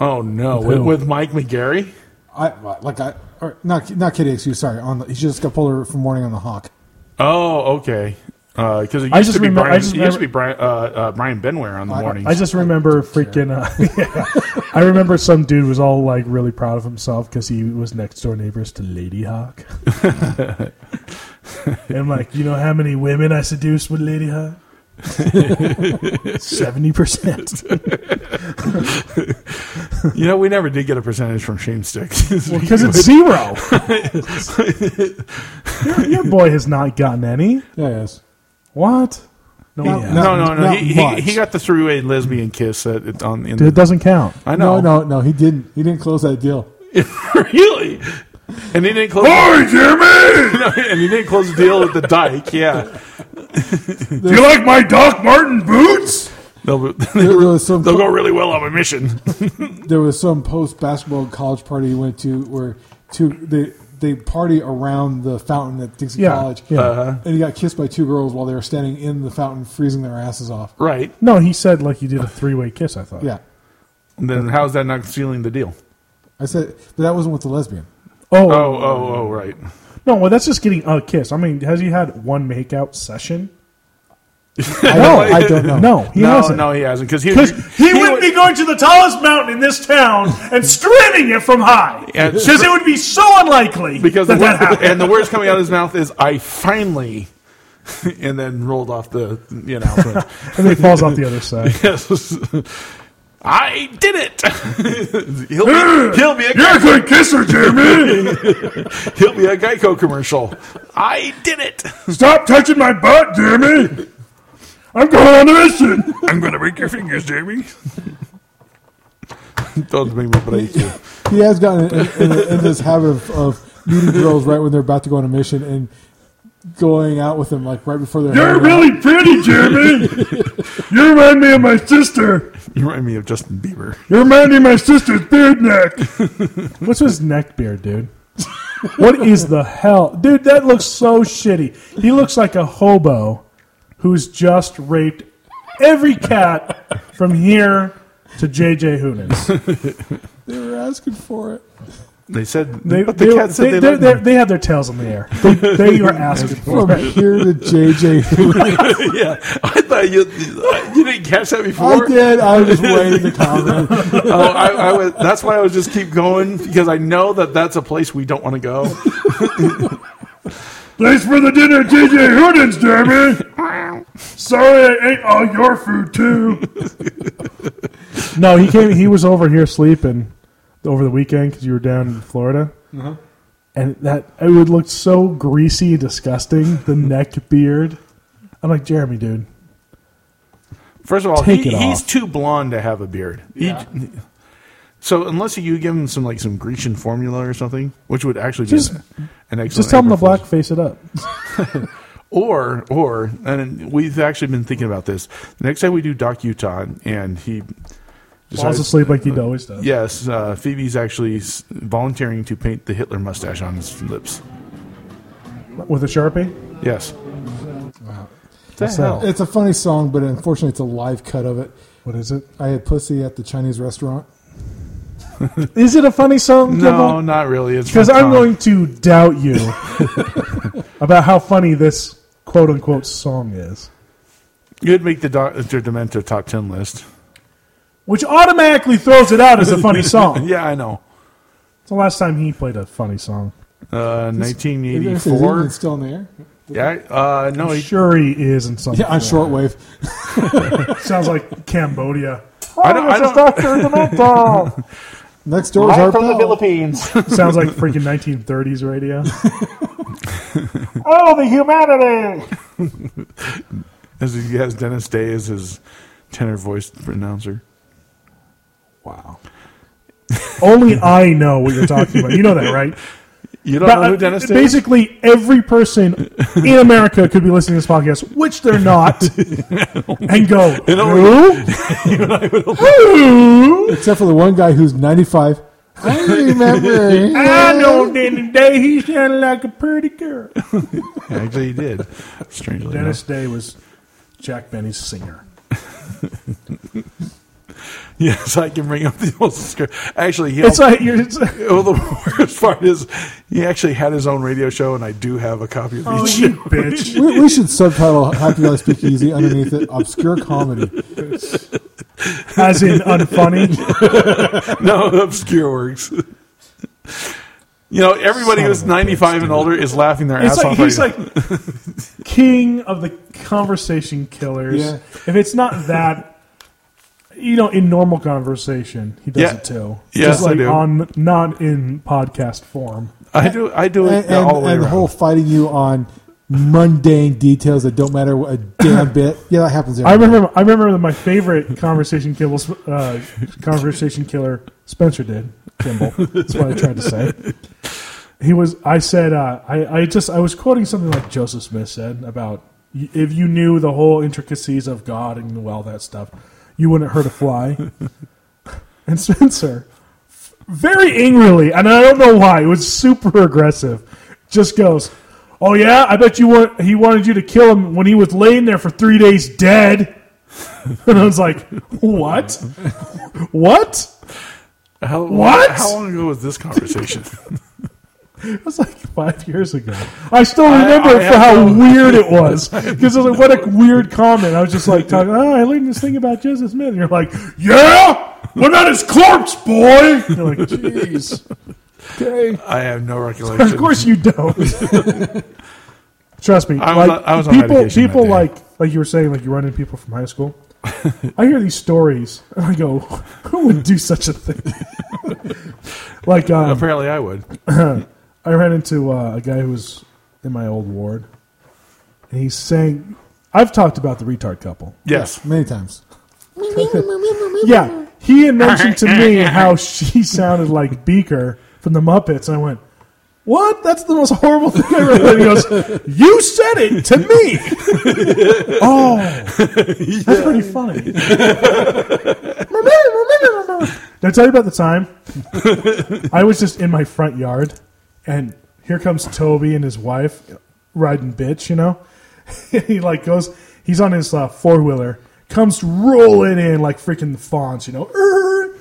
S2: Oh no, with,
S4: who?
S2: with Mike McGarry.
S1: I like I or not not KDXU. Sorry, on the, she just got pulled over for morning on the Hawk.
S2: Oh, okay. Because it
S4: I
S2: used
S4: just
S2: to be
S4: remem-
S2: Brian.
S4: I just
S2: it used to be Brian, uh, uh, Brian Benware on the
S1: I-
S2: mornings.
S4: I just remember freaking. Uh, yeah. I remember some dude was all like really proud of himself because he was next door neighbors to Lady Hawk. and like, you know how many women I seduced with Lady Hawk? Seventy percent.
S2: you know, we never did get a percentage from Shane Stick.
S4: because it's zero. your, your boy has not gotten any.
S1: Yeah, yes.
S4: What? No,
S1: No,
S4: he has.
S2: no, no, no.
S1: not
S2: He, he,
S1: much.
S2: he got the three-way lesbian kiss at, at, on. In,
S4: it doesn't count.
S2: I
S1: No,
S2: know.
S1: no, no. He didn't. He didn't close that deal.
S2: really? And he didn't close. Hi, Jimmy. and he didn't close the deal with the Dyke. Yeah,
S4: Do you like my Doc Martin boots?
S2: they'll,
S1: There,
S2: they'll,
S1: there was some.
S2: go really well on a mission.
S1: there was some post basketball college party he went to where two they they party around the fountain at Dixie
S4: Yeah,
S1: College.
S4: yeah.
S1: And he got kissed by two girls while they were standing in the fountain freezing their asses off.
S2: Right.
S4: No, he said like you did a three way kiss. I thought.
S1: Yeah.
S2: Then how's that not sealing the deal?
S1: I said but that wasn't with the lesbian.
S4: Oh,
S2: Oh, oh, oh, right.
S4: no, well that's just getting a kiss. I mean, has he had one makeout session?
S1: I don't, I don't know.
S4: No, he
S2: no,
S4: hasn't.
S2: no, he hasn't because he,
S4: Because he,
S2: would-
S4: would be going to the tallest mountain in this town and screaming it from high.
S2: Yeah,
S4: Because it would be so unlikely
S2: because the
S4: that that
S2: word,
S4: happened.
S2: and the words coming out of his mouth is I finally, and then rolled off the you know.
S4: And then he falls off the other side.
S2: yes. I did it. he'll be, he'll be a Geico.
S4: good kisser, Jeremy.
S2: he'll be a Geico commercial. I did it.
S4: Stop touching my butt, Jeremy. I'm going on a mission.
S2: I'm gonna break your fingers, Jamie. Don't make me break you.
S1: He has gotten in, in, in this habit of, of meeting girls right when they're about to go on a mission and going out with them like right before they're
S4: You're
S1: heading
S4: really pretty, Jeremy. You remind me of my sister.
S2: You remind me of Justin Bieber.
S4: You remind me of my sister's beard neck. What's his neck beard, dude? What is the hell? Dude, that looks so shitty. He looks like a hobo who's just raped every cat from here to JJ Hoonan's.
S1: They were asking for it.
S2: They said,
S4: They,
S2: but the
S4: they-
S2: cat said
S4: they-
S2: they,
S4: they-
S2: liked
S4: they-
S2: them.
S4: they had their tails in the air. They, they were asking
S1: From
S4: for it.
S1: here to JJ.
S2: Yeah, I thought you you didn't catch that before.
S1: I did. I was just waiting to comment.
S2: Oh, I, I was, that's why I was just keep going because I know that that's a place we don't want to go.
S4: Thanks for the dinner, JJ Hoonan's, Jeremy. Sorry, I ate all your food too. no, he came. He was over here sleeping over the weekend because you were down in Florida,
S2: Uh-huh.
S4: and that it would look so greasy, and disgusting. The neck beard. I'm like Jeremy, dude.
S2: First of all,
S4: Take
S2: he,
S4: it
S2: he's
S4: off.
S2: too blonde to have a beard. He- so unless you give him some like some Grecian formula or something, which would actually
S4: Just-
S2: be an excellent
S4: Just tell him to
S2: April Fool's.
S4: black face it up.
S2: Or, or, and we've actually been thinking about this. The next time we do Doc Utah, and he
S4: Falls
S2: decides-
S4: asleep like he always does.
S2: Yes, uh, Phoebe's actually s- volunteering to paint the Hitler mustache on his lips.
S4: With a sharpie.
S2: Yes.
S4: What's that?
S2: hell?
S1: It's a funny song, but unfortunately, it's a live cut of it.
S4: What is it?
S1: I had pussy at the Chinese restaurant.
S4: Is it a funny song? Kimball?
S2: No, not really. It's
S4: Because
S2: from
S4: I'm
S2: Tom.
S4: going to doubt you about how funny this quote unquote song is,
S2: You'd make the Doctor Demento top ten list.
S4: which automatically throws it out as a funny song.
S2: Yeah, I know.
S4: It's the last time he played a funny song.
S2: Uh,
S1: Is it even
S2: 1984.
S1: still in the air?
S2: Yeah. Uh, no, he,
S4: Sure, he is in some.
S1: Yeah, on
S4: form.
S1: shortwave.
S4: Sounds like Cambodia.
S2: I don't- I
S4: Oh, it's
S2: don't-
S4: Dr. Demento.
S1: Next door is our pal.
S2: Philippines.
S4: Sounds like freaking 1930s radio.
S5: Oh, the humanity!
S2: as he has Dennis Day as his tenor voice announcer.
S1: Wow.
S4: Only I know what you're talking about. You know that, right?
S2: You don't know who
S4: But, uh,
S2: Dennis Day is?
S4: basically, every person in America could be listening to this podcast, which they're not, and go, who? Who?
S1: Except for the one guy who's 95. I remember.
S4: I know Dennis Day, he sounded like a pretty girl.
S2: Actually, he did. Strangely
S4: Dennis Day was Jack Benny's singer.
S2: enough. Yes, I can bring up the old script. Actually, he
S4: It's
S2: also-
S4: like, you're, it's,
S2: well, the worst part is he actually had his own radio show, and I do have a copy of
S4: oh,
S2: each.
S4: you bitch.
S1: we, we should subtitle Happy Life Speakeasy underneath it Obscure Comedy.
S4: As in unfunny.
S2: no, obscure works. You know, everybody
S4: Son
S2: who's
S4: of a bitch,
S2: 95 and
S4: dude.
S2: older is laughing their ass
S4: It's like
S2: off.
S4: he's
S2: right
S4: like king of the conversation killers.
S1: Yeah.
S4: If it's not that, you know, in normal conversation, he does
S2: Yeah.
S4: it too.
S2: Yes,
S4: Just
S2: I
S4: like
S2: do.
S4: on not in podcast form.
S2: I do. I do
S1: And,
S2: it
S1: and,
S2: all the way
S1: and the
S2: around.
S1: whole fighting you on mundane details that don't matter a damn bit. Yeah, that happens every
S4: I
S1: day.
S4: remember. I remember that my favorite conversation kibble, uh, conversation killer Spencer did Kimball. That's what I tried to say. He was. I said. Uh, I. I just. I was quoting something like Joseph Smith said about y- if you knew the whole intricacies of God and all that stuff, you wouldn't hurt a fly. and Spencer, very angrily, and I don't know why, it was super aggressive. Just goes, "Oh yeah, I bet you want he wanted you to kill him when he was laying there for three days dead." and I was like, "What? what?"
S2: how,
S4: What?
S2: How long ago was this conversation?
S4: It was like five years ago. I still remember
S2: I
S4: it for
S2: have
S4: how
S2: no-
S4: weird it was because I was like, "What a weird comment." I was just like, talking, "Oh, I learned this thing about Joseph Smith," and you're like, "Yeah." What about his corpse, boy? You're like, jeez. Okay.
S2: I have no recollection.
S4: Of course you don't. Trust me.
S2: I was
S4: like,
S2: on- I was on
S4: people,
S2: medication that
S4: people
S2: day.
S4: like like you were saying, like you run into people from high school. I hear these stories, and I go, "Who would do such a thing?" like, um,
S2: Apparently, I would.
S4: I ran into uh, a guy who was in my old ward, and he sang. I've talked about the retard couple.
S2: Yes.
S1: Many times.
S4: Yeah, he had mentioned to me how she sounded like Beaker from the Muppets, and I went, "What? That's the most horrible thing I ever heard." He goes, "You said it to me." oh, that's pretty funny. Did I tell you about the time I was just in my front yard and here comes Toby and his wife riding bitch, you know? he like goes, he's on his uh, four wheeler, comes rolling in like freaking the fawns, you know? "Err."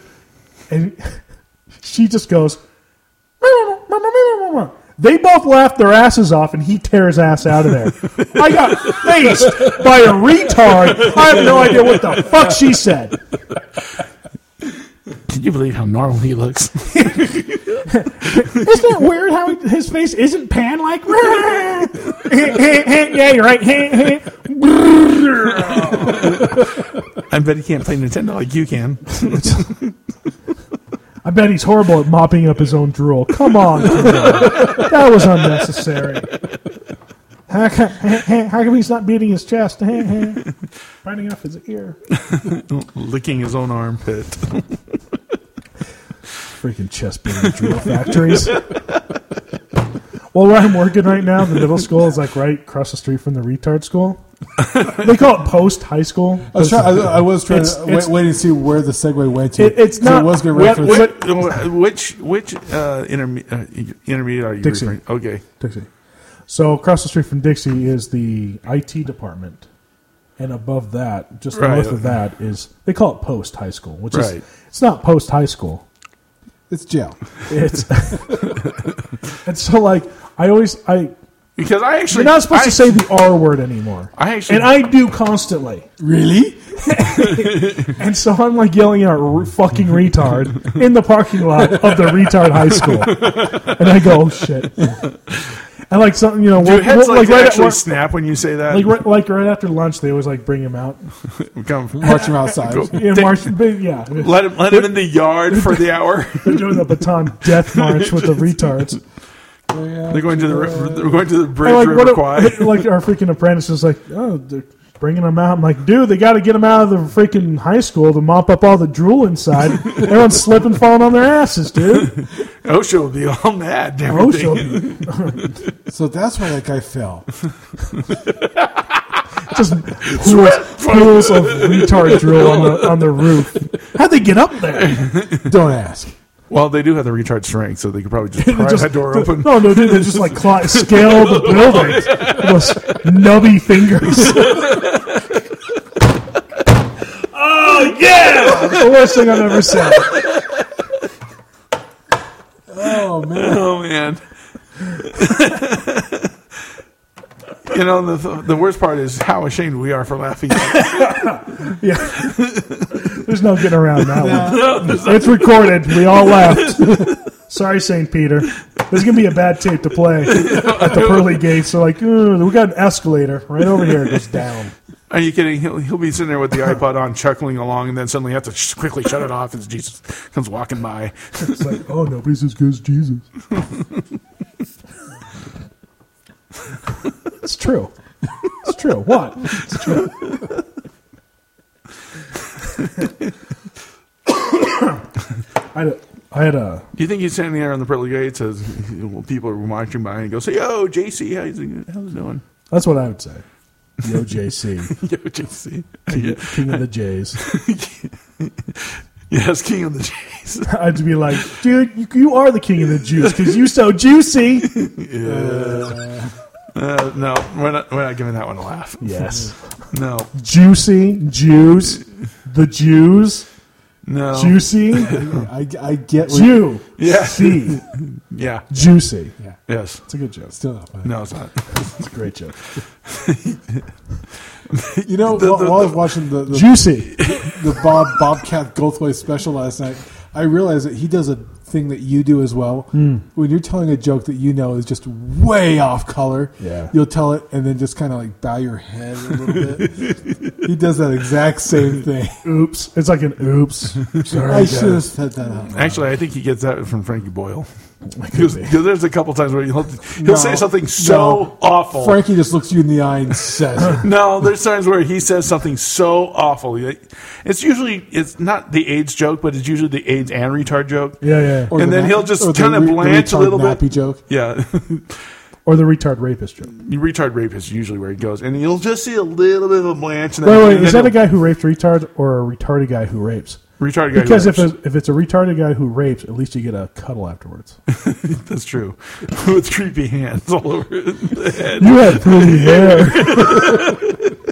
S4: And she just goes, they both laugh their asses off, and he tears ass out of there. I got faced by a retard. I have no idea what the fuck she said.
S2: Can you believe how normal he looks?
S4: Isn't it weird how he- his face isn't pan like? yeah, you're right.
S2: I bet he can't play Nintendo like you can.
S4: I bet he's horrible at mopping up his own drool. Come on, that was unnecessary. How come, how come he's not beating his chest? Biting off his ear.
S2: Licking his own armpit.
S4: freaking chest beating drill factories. well, where I'm working right now, the middle school is like right across the street from the retard school. they call it post high school.
S1: I was, try, I, I was trying
S4: It's-
S1: to
S4: it's-
S1: wait, waiting to see where the segue went to.
S4: It- it's
S1: So
S4: not-
S1: It was going
S4: what-
S1: to
S4: what-
S2: which which uh, interme- uh, intermediate are you
S4: Dixie.
S2: referring? Okay.
S4: Dixie. So across the street from Dixie is the IT department, and above that, just
S2: Right,
S4: north
S2: okay.
S4: of that, is they call it post high school, which
S2: Right.
S4: is it's not post high school.
S1: It's jail.
S4: It's and so like I always I
S2: Because I actually
S4: you're not supposed
S2: I,
S4: to say the R word anymore.
S2: I actually-
S4: and I do constantly.
S1: Really?
S4: And so I'm like yelling out "R- fucking retard in the parking lot of the retard high school. And I go, oh shit. And like something, you know,
S2: Do
S4: we'll-
S2: heads
S4: we'll-
S2: like,
S4: right at-
S2: actually
S4: we'll-
S2: snap when you say that?
S4: like, right, like right after lunch, they always like bring him out.
S2: Come,
S1: Marching outside.
S2: go-
S4: Yeah,
S2: take-
S4: march, but yeah.
S2: let him let him in the yard for the hour.
S4: They're doing the baton death march with the retards.
S2: They're going to the ri- they're going to the bridge
S4: And, like,
S2: river
S4: what
S2: quay.
S4: a, like our freaking apprentice is like, oh, they're bringing them out. I'm like, dude, they got to get them out of the freaking high school to mop up all the drool inside. Everyone's slipping, falling on their asses, dude.
S2: Osho will be all mad. and
S4: Oh,
S2: everything.
S4: she'll be
S1: So that's why that guy fell.
S4: just pools, pools of retard drill on the on the roof. How'd they get up there?
S1: Don't ask.
S2: Well, they do have the retard strength, so they could probably just pry
S4: Just- Oh,
S2: that door open.
S4: No, no, dude, they just like cli- scale the building. with Those nubby fingers. oh yeah! The worst thing I've ever said.
S1: Oh man.
S2: Oh man. you know the the worst part is how ashamed we are for laughing.
S4: Yeah, there's no getting around that one. it's recorded. We all laughed. Sorry, St. Peter. This is gonna be a bad tape to play at the pearly gates. They're like, "Ooh, we got an escalator right over here. It goes down.
S2: are you kidding? He'll he'll be sitting there with the iPod on, chuckling along, and then suddenly have to sh- quickly shut it off as Jesus comes walking by.
S4: It's like, oh, nobody's as good as Jesus. it's true. It's true. What? It's true. I had a, I had a
S2: Do you think he's standing there on the pearly gates as well, people are marching by and "Oh, goes, "Yo, JC, how's it, how's it doing?"
S4: That's what I would say. Yo, JC,
S2: Yo, JC.
S4: king of the J's.
S2: Yes, King of the Jays.
S4: I'd be like, dude, you, you are the king of the Jews because you so juicy.
S2: Uh, no, we're not, we're not giving that one a laugh.
S4: Yes,
S2: No,
S4: juicy Jews, the Jews,
S2: no.
S4: juicy
S1: I, I get what
S4: Jew,
S2: Yeah.
S4: C,
S2: Yeah.
S4: juicy.
S1: Yeah.
S2: Yes.
S4: It's a good joke.
S1: Still not funny.
S2: No, it's not.
S4: It's a great joke.
S1: You know,
S2: The-
S1: while,
S2: the-
S1: while I was watching the, the,
S4: Juicy.
S1: the Bob Bobcat Goldthwait special last night, I realized that he does a thing that you do as well.
S2: Hmm.
S1: When you're telling a joke that you know is just way off color,
S4: Yeah.
S1: you'll tell it and then just kind of like bow your head a little bit. he does that exact same thing.
S4: Oops. It's like an oops. Sorry,
S1: I
S4: guys.
S1: should have said that out. loud.
S2: Actually, I think he gets that from Frankie Boyle. Because there's a couple times where he'll, he'll say
S1: No,
S2: something so
S1: no.
S2: awful.
S1: Frankie just looks you in the eye and says it.
S2: no, there's times where he says something so awful. It's usually it's not the AIDS joke, but it's usually the AIDS and retard joke.
S4: Yeah, yeah.
S1: Or
S2: And
S1: the
S2: then he'll just
S1: or the
S2: kinda
S1: re- the
S2: blanch a
S1: retard
S2: little bit.
S1: nappy joke.
S2: Yeah.
S4: or the retard rapist joke.
S2: You retard rape is usually where he goes, and you'll just see a little bit of a blanch. And
S4: By
S2: then,
S4: the way,
S2: and
S4: is
S2: then
S4: that a guy who rapes retards or a retarded guy who rapes?
S2: Retarded guy. who
S4: Because if
S2: rapes.
S4: it's, if it's a retarded guy who rapes, at least you get a cuddle afterwards.
S2: that's true, with creepy hands all over it.
S4: You have pretty hair. of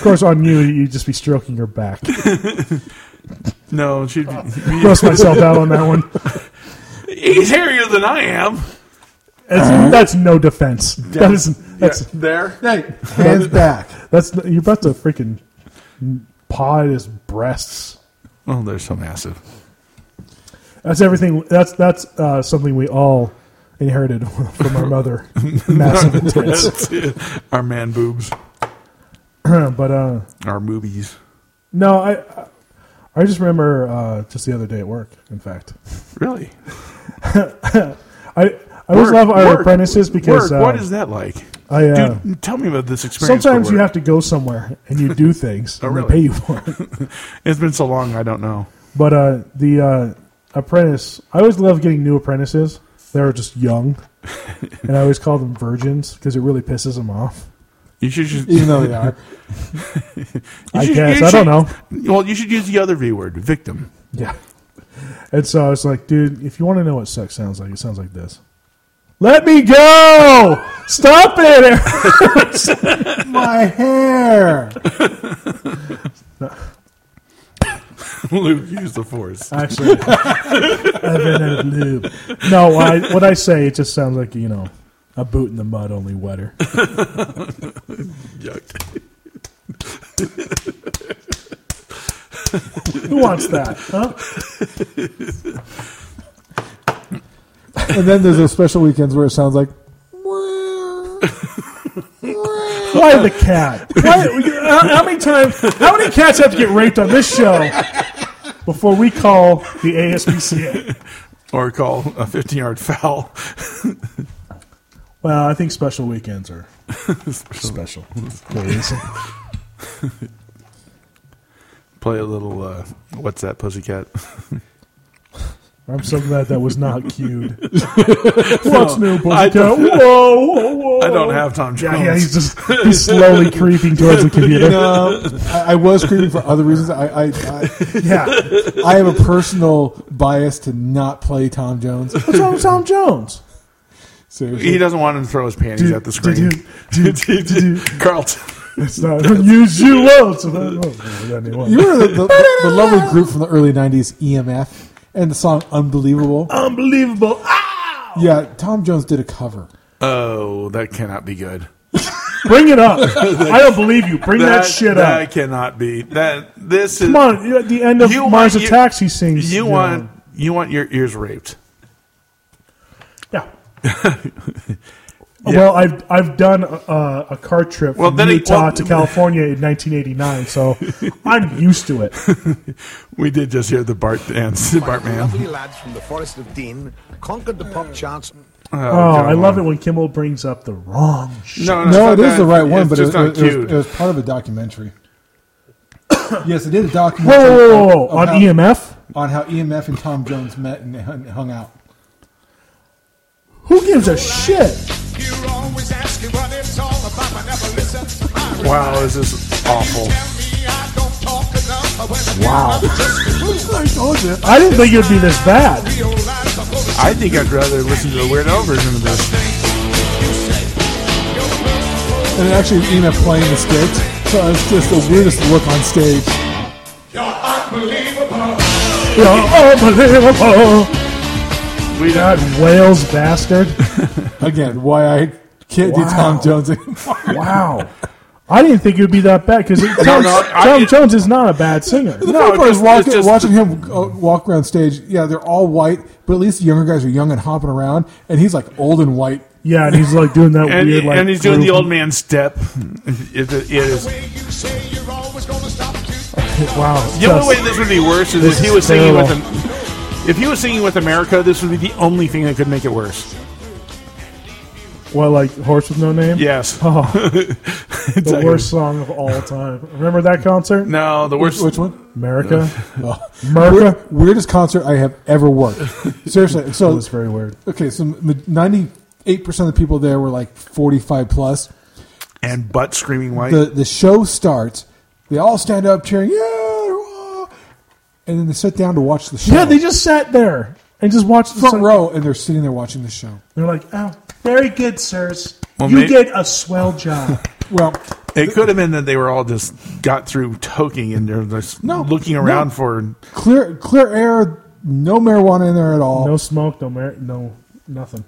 S4: course, on you, you'd just be stroking your back.
S2: No, she'd be,
S4: Cross myself out on that one.
S2: he's hairier than I am.
S4: That's, that's no defense. That is that's
S2: Uh-huh. Yeah, there.
S1: Hey, hands back.
S4: that's you're about to freaking paw at his breasts.
S2: Oh, they're so massive.
S4: That's everything. That's that's uh, something we all inherited from our mother. Massive tits.
S2: Our man boobs.
S4: but uh,
S2: Our movies.
S4: no, I I just remember uh, just the other day at work. In fact,
S2: Really?
S4: I I always
S2: Work,
S4: love our
S2: work,
S4: apprentices because
S2: work.
S4: uh,
S2: what is that like?
S4: I uh,
S2: Dude, tell me about this experience.
S4: sometimes you
S2: for work. Oh,
S4: have to go somewhere and you do things and
S2: really?
S4: they pay you for it.
S2: It's been so long, I don't know.
S4: But uh, the uh, apprentice, I always love getting new apprentices. They're just young, and I always call them virgins because it really pisses them off.
S2: You should. Just,
S1: Even though they are.
S2: you
S4: I
S2: should-
S4: guess
S2: you
S4: I don't
S2: should-
S4: know.
S2: Well, you should use the other V word, victim.
S4: Yeah. And so I was like, dude, if you want to know what sex sounds like, it sounds like this. Let me go! Stop it! It hurts!
S1: My hair.
S2: Luke, use the force.
S4: Actually, I've been out of lube. No, I, what I say, it just sounds like, you know, a boot in the mud, only wetter.
S2: Yuck.
S4: Who wants that? Huh?
S1: And then there's those special weekends where it sounds like.
S4: Why the cat? Why, how, how many times? How many cats have to get raped on this show before we call the ASPCA?
S2: Or call a 15 yard foul.
S4: Well, I think special weekends are special. Please.
S2: Play a little, uh, what's that, pussycat?
S4: I'm so glad that was not cued. What's new,
S2: I
S4: pussycat? Whoa,
S2: don't-
S4: whoa, whoa!
S2: I don't have Tom Jones.
S4: Yeah, yeah, he's just he's slowly creeping towards the computer.
S1: No, I, I was screaming for other reasons. I, I, I,
S4: Yeah,
S1: I have a personal bias to not play Tom Jones.
S4: what's wrong with Tom Jones?
S1: Seriously.
S2: He doesn't want him to throw his panties at the screen.
S4: Did you, did you,
S2: Carlton.
S4: it's not unusual. It's not- oh, no, that didn't work.
S1: You were the, the, the, the lovely group from the early 90s, EMF, and the song Unbelievable.
S4: Unbelievable. Ah!
S1: Yeah, Tom Jones did a cover.
S2: Oh, that cannot be good.
S4: Bring it up. I don't believe you. Bring that, shit
S2: that
S4: up.
S2: cannot be. That this is
S4: Come on. you- At the end of
S2: You
S4: Mars
S2: want- you-
S4: Attacks, he sings.
S2: You
S4: know,
S2: want you want your ears raped.
S4: Yeah. Oh, Well, I've I've done uh, a, a car trip
S2: Well,
S4: from
S2: then it-
S4: Utah
S2: well-
S4: to California in 1989, so I'm used to it.
S2: We did just hear the Bart dance, the Bart man.
S5: Lovely lads from the Forest of Dean conquered the pop charts.
S4: Oh, I love it when Kimmel brings up the wrong shit.
S1: No,
S2: No, it's
S1: it
S2: not
S1: is the
S2: that.
S1: right one,
S2: It's
S1: but it,
S2: just
S1: it,
S2: not
S1: was, it
S2: cute.
S1: was- it was part of a documentary. yes, it is a documentary.
S4: Whoa, whoa, whoa, whoa.
S1: of- of
S4: on E
S1: how-
S4: EMF?
S1: On how EMF and Tom Jones met and hung hung out.
S4: Who gives a shit?
S6: You're always asking what it's all about, but never listen to my reply.
S2: Wow, this is awful.
S6: Tell me I don't talk enough, but when I
S2: Wow.
S1: I told you.
S4: I didn't think it would be this bad. Oh,
S6: realize I'm gonna
S2: I think I'd rather listen to the weirdo version of this.
S1: And it actually, was EMF playing the skits. So it was just the weirdest look on stage.
S6: You're unbelievable.
S4: You're oh, unbelievable.
S2: We
S4: God, Wales oh. bastard.
S1: Again, why I can't do
S4: Wow.
S1: Tom Jones anymore.
S4: Wow. I didn't think it would be that bad because Tom,
S2: no, I-
S4: Tom Jones is not a bad singer.
S1: The
S2: No,
S1: funny part
S2: just-
S1: is walking,
S2: it's just-
S1: watching him uh, walk around stage. Yeah, they're all white, but at least the younger guys are young and hopping around, and he's like old and white.
S4: Yeah, and he's like doing that
S2: and,
S4: weird like
S2: and he's doing the
S4: groove.
S2: old man step. It, it is.
S6: The way you say you're always gonna stop to
S4: Wow. it's
S2: The only way
S4: just-
S2: this would be worse is
S4: This
S2: if he
S4: is
S2: was singing with
S4: terrible.
S2: him. If he was singing with America, this would be the only thing that could make it worse.
S4: what like horse with no name?
S2: Yes.
S4: Oh, the
S2: Exactly.
S4: worst song of all time. Remember that concert?
S2: No, the worst.
S1: Which one? Uh,
S4: America.
S1: Weir-
S4: America.
S1: weirdest concert I have ever worked. Seriously.
S4: It
S1: So
S4: was very weird.
S1: okay, so m- ninety eight percent of the people there were like forty five plus.
S2: and butt screaming white.
S1: The the show starts. They all stand up cheering, yeah, hurrah," and then they sit down to watch the show.
S4: Yeah, they just sat there and just watched the
S1: front
S4: sun-
S1: row, and they're sitting there watching the show.
S4: They're like, oh, very good, sirs.
S2: Well,
S4: you
S2: may-
S4: did a swell job.
S1: Well,
S2: it could have been that they were all just got through toking and they're just
S1: No,
S2: looking around
S1: no.
S2: for.
S1: clear clear air, no marijuana in there at all.
S4: no smoke, no merit, no nothing.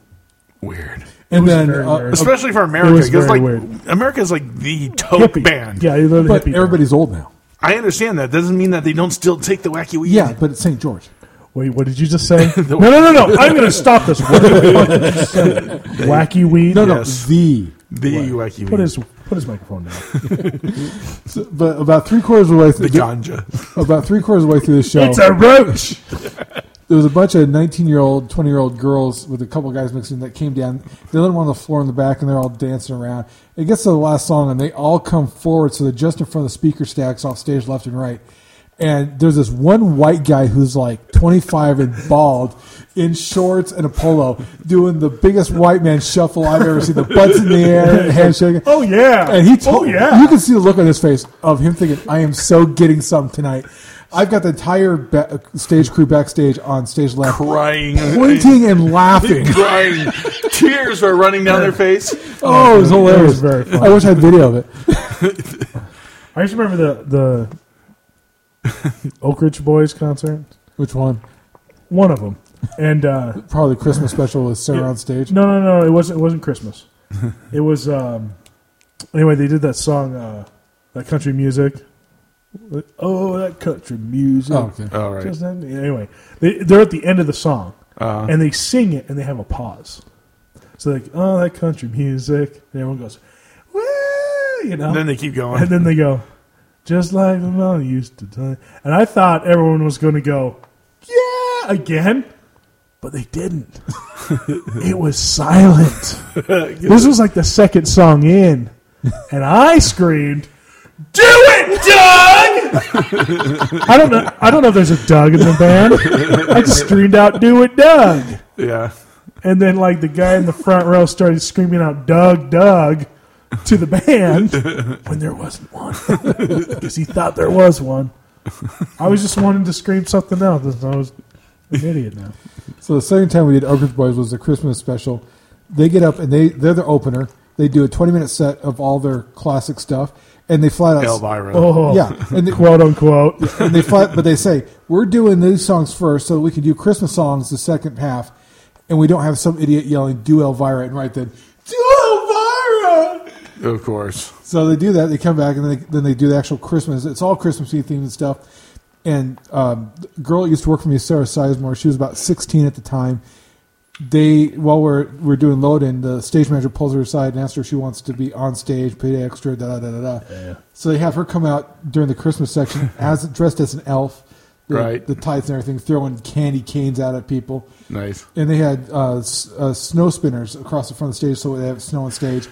S2: Weird,
S1: and
S4: was
S1: then,
S4: very
S1: uh,
S4: weird.
S2: especially for America,
S4: Oh, was
S2: because
S4: very
S2: like
S4: weird.
S2: America's like the toke
S4: Hippie.
S2: band.
S4: Yeah, you literally
S1: but
S4: hippie.
S1: everybody's old now.
S2: I understand that. Doesn't mean that they don't still take the wacky weed.
S1: Yeah, but it's St. George.
S4: Wait, what did you just say? no, no, no, no. I'm going to stop this. What the fuck did you say? Wacky weed.
S1: No,
S2: Yes.
S1: no, the.
S2: the wacky weed.
S4: Put his put his microphone down.
S1: So, but about three quarters of the way
S2: the
S1: through,
S2: ganja?
S1: about three quarters of the way through the show,
S4: roach.
S1: there was a bunch of 19 year old 20 year old girls with a couple guys mixed in that came down they let them on the floor in the back and they're all dancing around it gets to the last song and they all come forward so they're just in front of the speaker stacks off stage left and right and there's this one white guy who's like 25 and bald in shorts and a polo doing the biggest white man shuffle i've ever seen the butts in the air and handshake
S4: Oh yeah.
S1: and he told
S4: Oh yeah.
S1: you can see the look on his face of him thinking, "I am so getting some tonight." I've got the entire ba- stage crew backstage on stage left,
S2: Crying,
S1: pointing and laughing.
S2: crying, tears are running down their face.
S1: Oh, it was hilarious!
S4: was very funny.
S1: I wish I had video of it.
S4: I just remember the the Oak Ridge Boys concert.
S1: Which one?
S4: One of them. And uh,
S1: Probably Christmas special with Sarah on stage.
S4: no, no, no. It wasn't. It wasn't Christmas. it was. Um, anyway, they did that song, uh, that country music. Oh, that country music.
S1: Oh, okay.
S2: All right.
S4: Just then- anyway, they, they're at the end of the song,
S2: Uh-huh.
S4: and they sing it, and they have a pause. So like, oh, that country music, and everyone goes, woo, you know.
S2: And then they keep going.
S4: and then they go, just like the mom used to do. And I thought everyone was going to go, yeah, again, but they didn't. it was silent. this was like the second song in, and I screamed, "Do it, Doug!" I don't know. I don't know if there's a Doug in the band. I just screamed out, "Do it, Doug!"
S2: yeah.
S4: And then like the guy in the front row started screaming out Doug Doug to the band when there wasn't one. Because he thought there was one. I was just wanting to scream something else. I was an idiot now.
S1: So the second time we did Oak Ridge Boys was the Christmas special. They get up and they they're the opener. They do a 20 minute set of all their classic stuff, and they flat out
S2: Elvira.
S4: Oh
S1: Yeah, and they,
S4: Quote unquote.
S1: and they fight, but they say we're doing these songs first, so we can do Christmas songs the second half, and we don't have some idiot yelling "Do Elvira" and right then "Do Elvira."
S2: Of course.
S1: So they do that. They come back and then they, then they do the actual Christmas. It's all Christmassy themed and stuff. And um, the girl that used to work for me, Sarah Sizemore, she was about 16 at the time. They while we're we're doing load in, the stage manager pulls her aside and asks her if she wants to be on stage, paid extra, da da da da. da. So they have her come out during the Christmas section as dressed as an elf, the,
S2: Right.
S1: The tights and everything, throwing candy canes out at people
S2: Nice.
S1: and they had uh, s- uh, snow spinners across the front of the stage, so they have snow on stage.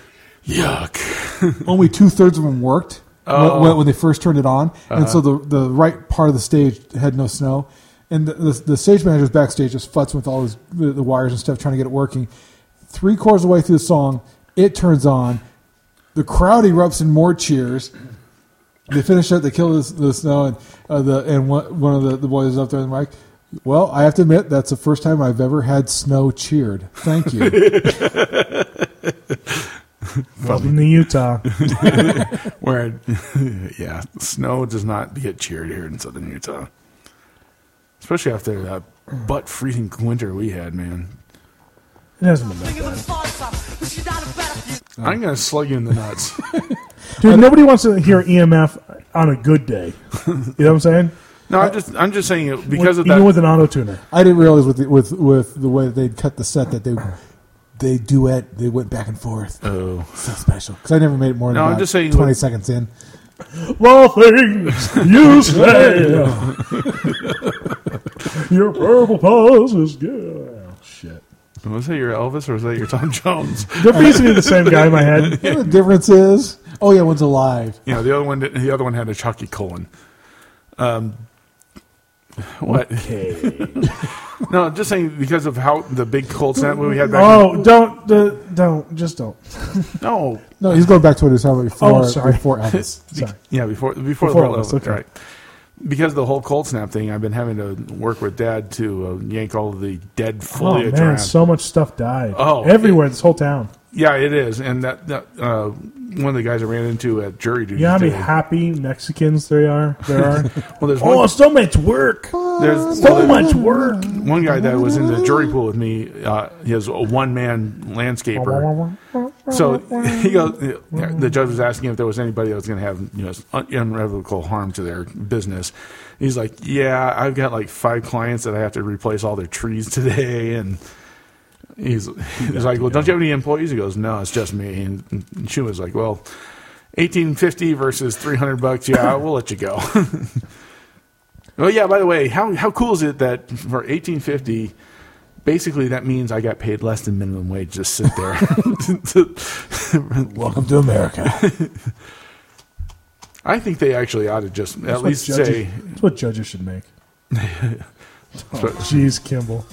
S1: Yuck! Only two thirds of them worked when- when, when they first turned it on, and so the the right part of the stage had no snow. And the, the, the stage manager's backstage just futzing with all his, the, the wires and stuff, trying to get it working. Three quarters of the way through the song, it turns on. The crowd erupts in more cheers they finish up. They kill the, the snow, and uh, the and one, one of the, the boys is up there and like, well, I have to admit that's the first time I've ever had snow cheered. Thank you.
S4: Welcome to Utah.
S2: Where, yeah, snow does not get cheered here in southern Utah. Especially after that butt freezing winter we had, man.
S4: It hasn't been that. Oh.
S2: I'm going to slug you in the nuts.
S4: Dude, nobody wants to hear EMF on a good day. You know what I'm saying?
S2: No, I'm just, I'm just saying it because of
S4: Even
S2: that.
S4: with an auto tuner.
S1: I didn't realize with the, with with the way they'd cut the set that they they duet they went back and forth.
S2: Oh.
S1: So special because I never made it more than
S2: No, I'm
S1: about
S2: just saying
S1: twenty
S2: with-
S1: seconds in.
S4: Well, things you say. Your purple pulse is good. Oh, shit.
S2: Was that your Elvis or was that your Tom Jones?
S4: They're basically the same guy in my head.
S1: You know what the difference is, oh yeah, one's alive.
S2: You know, the other one, did- the other one had a Chucky colon. Um, What? no, just saying because of how the big cold snap movie had back.
S4: Oh, don't, uh, don't, just don't.
S2: no,
S1: No, he's going back to what he was talking about before,
S4: Oh, sorry.
S1: before Elvis.
S4: Sorry.
S2: yeah, before before,
S4: Before
S2: the whole
S4: Elvis, okay.
S2: right. Because of the whole cold snap thing, I've been having to work with Dad to uh, yank all the dead
S4: Oh
S2: foliage
S4: man,
S2: around.
S4: so much stuff died.
S2: Oh.
S4: everywhere, this whole town.
S2: yeah, it is, and that, that uh, one of the guys I ran into at jury duty.
S4: You know how many
S2: today-
S4: happy Mexicans there are? There are.
S2: well, there's one
S4: oh, so much work. So
S2: there's well, there's-
S4: much work.
S2: one guy that was in the jury pool with me, uh, he has a one man landscaper. So he goes, the judge was asking if there was anybody that was going to have you know un- irrevocable harm to their business. He's like, yeah, I've got like five clients that I have to replace all their trees today, and he's, he's like, well, don't you have any employees? He goes, no, it's just me. And she was like, well, eighteen fifty versus three hundred bucks. Yeah, we'll let you go. Oh yeah, by the way, how how cool is it that for eighteen fifty, basically that means I got paid less than minimum wage to sit there.
S1: Welcome to America.
S2: I think they actually ought to just at
S4: what
S2: least
S4: judges-
S2: say
S4: That's what judges should make. Oh, Jeez, Kimball.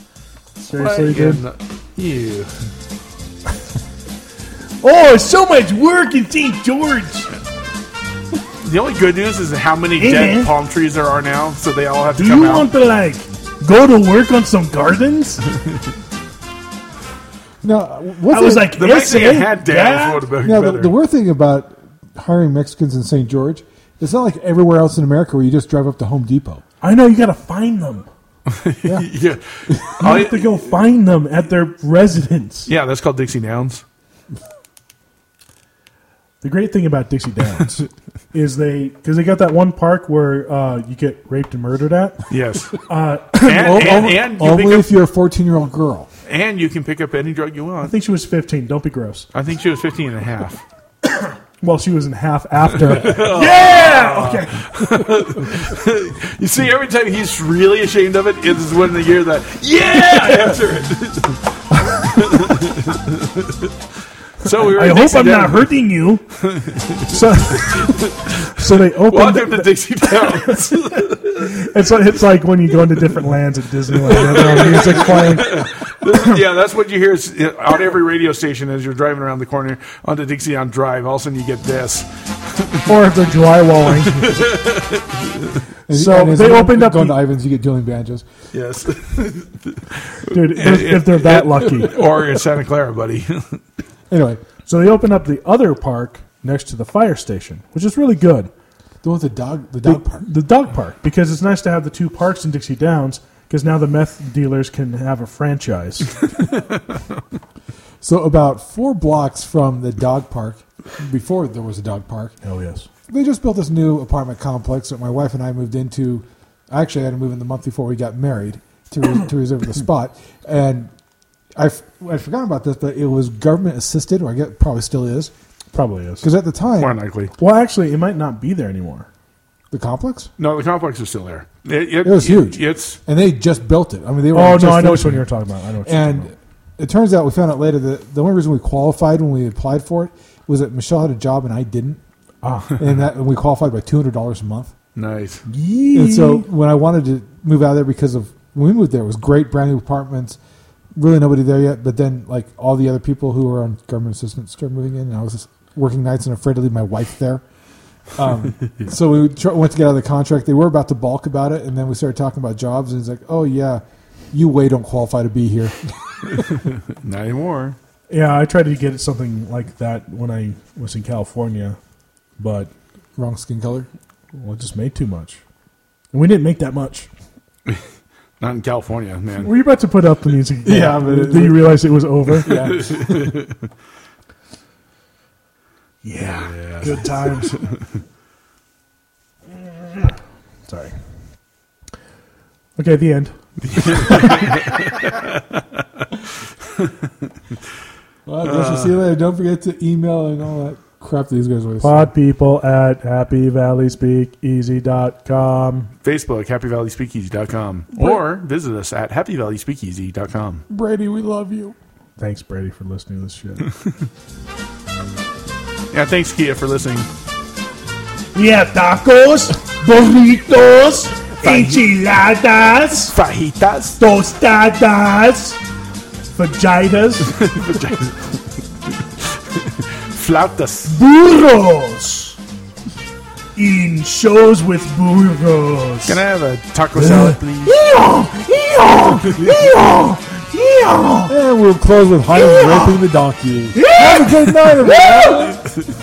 S4: Seriously, dude.
S2: in the- Ew.
S4: Oh, so much work in St. George.
S2: The only good news is how many
S4: Hey,
S2: dead
S4: man.
S2: palm trees there are now, so they all have to
S4: Do
S2: come
S4: you
S2: out.
S4: want to like go to work on some gardens?
S1: Now, what's
S4: I was
S1: it-
S4: like,
S2: the
S4: yes,
S2: next thing I
S4: eh?
S2: had down
S4: Yeah.
S2: was what about
S1: Now,
S2: better.
S1: the, the weird thing about hiring Mexicans in St. George, it's not like everywhere else in America where you just drive up to Home Depot.
S4: I know you got to find them.
S2: yeah.
S4: You
S2: All
S4: have to
S2: you-
S4: go find them at their residence.
S2: yeah, that's called Dixie Nouns.
S4: The great thing about Dixie Downs is they because they got that one park where uh, you get raped and murdered at.
S2: Yes.
S4: Uh,
S2: and,
S1: Oh,
S2: and,
S1: only
S2: and you
S1: only
S2: pick up,
S1: if you're a 14 year old girl.
S2: and you can pick up any drug you
S4: I
S2: want.
S4: think she was 15. Don't be gross.
S2: I think she was 15 and a half.
S4: Well, she was in half after. yeah. Okay.
S2: You see, every time he's really ashamed of it, it is when the year that yeah after it. so we were.
S4: I
S2: at
S4: hope
S2: Dixie
S4: I'm not
S2: Downs.
S4: hurting you. So, so they opened.
S2: Welcome to Dixie Downs.
S4: It's like, it's like when you go into different lands at Disneyland. and they're on music playing.
S2: yeah, that's what you hear is, uh, on every radio station as you're driving around the corner onto Dixie on Drive. All of a sudden, you get this.
S4: or if they're drywalling.
S1: And-
S4: So
S1: as
S4: they
S1: you're
S4: opened up
S1: Going
S4: the-
S1: to Ivan's, you get dueling banjos.
S2: Yes,
S4: Dude, if, if they're that lucky.
S2: or in Santa Clara, buddy.
S1: Anyway,
S4: So they opened up the other park next to the fire station, which is really good.
S1: the one with the dog, the dog
S4: the,
S1: park.
S4: the dog park because it's nice to have the two parks in Dixie Downs because now the meth dealers can have a franchise.
S1: So about four blocks from the dog park, before there was a dog park,
S4: oh yes.
S1: they just built this new apartment complex that my wife and I moved into. Actually, I had to move in the month before we got married to, re- to reserve the spot. And I, f- I forgot about this, but it was government assisted, or I guess it probably still is.
S4: Probably is.
S1: Because at the time,
S2: More than likely.
S4: Well, actually, it might not be there anymore.
S1: the complex,
S2: No, the complex is still there. It,
S1: it
S2: it-
S1: was huge.
S2: It's
S1: and they just built it. I mean, they were.
S4: Oh
S1: just
S4: no, I know which
S1: finishing
S4: one
S1: it.
S4: you're talking about. I know. Which one you're talking
S1: And it turns out we found out later that the only reason we qualified when we applied for it was that Michelle had a job and I didn't,
S4: about. ah,
S1: and that and we qualified by two hundred dollars a month.
S2: nice.
S1: And so when I wanted to move out of there because of when we moved there, it was great, brand new apartments, really nobody there yet. But then like all the other people who were on government assistance started moving in, and I was just working nights and afraid to leave my wife there. Um, so we tr- went to get out of the contract. They were about to balk about it, and then we started talking about jobs, and he's like, "Oh yeah, you way don't qualify to be here."
S2: Not anymore.
S4: yeah, I tried to get something like that when I was in California, but
S1: Wrong skin color.
S4: well, it just made too much, and we didn't make that much.
S2: Not in California, man.
S4: Were you about to put up the music?
S1: Yeah, but it-
S4: then you realize it was over.
S1: Yeah.
S4: Yeah. Good times. Sorry. Okay, the end.
S1: Well, I guess we'll see you later. Don't forget to email and all that crap these guys always say.
S4: Pod people at happyvalleyspeakeasy.com.
S2: Facebook, happyvalleyspeakeasy.com. Or visit us at happyvalleyspeakeasy.com.
S1: Brady, we love you.
S4: Thanks, Brady, for listening to this shit.
S2: Yeah, thanks, Kia, for listening.
S4: yeah, tacos, burritos, Enchiladas,
S2: Fajitas.
S4: tostadas, vaginas,
S2: Flautas.
S4: burros. In shows with burros.
S2: Can I have a taco salad, please? Eh,
S1: And we'll close with Hiram raping the donkey. Have a good night, everyone.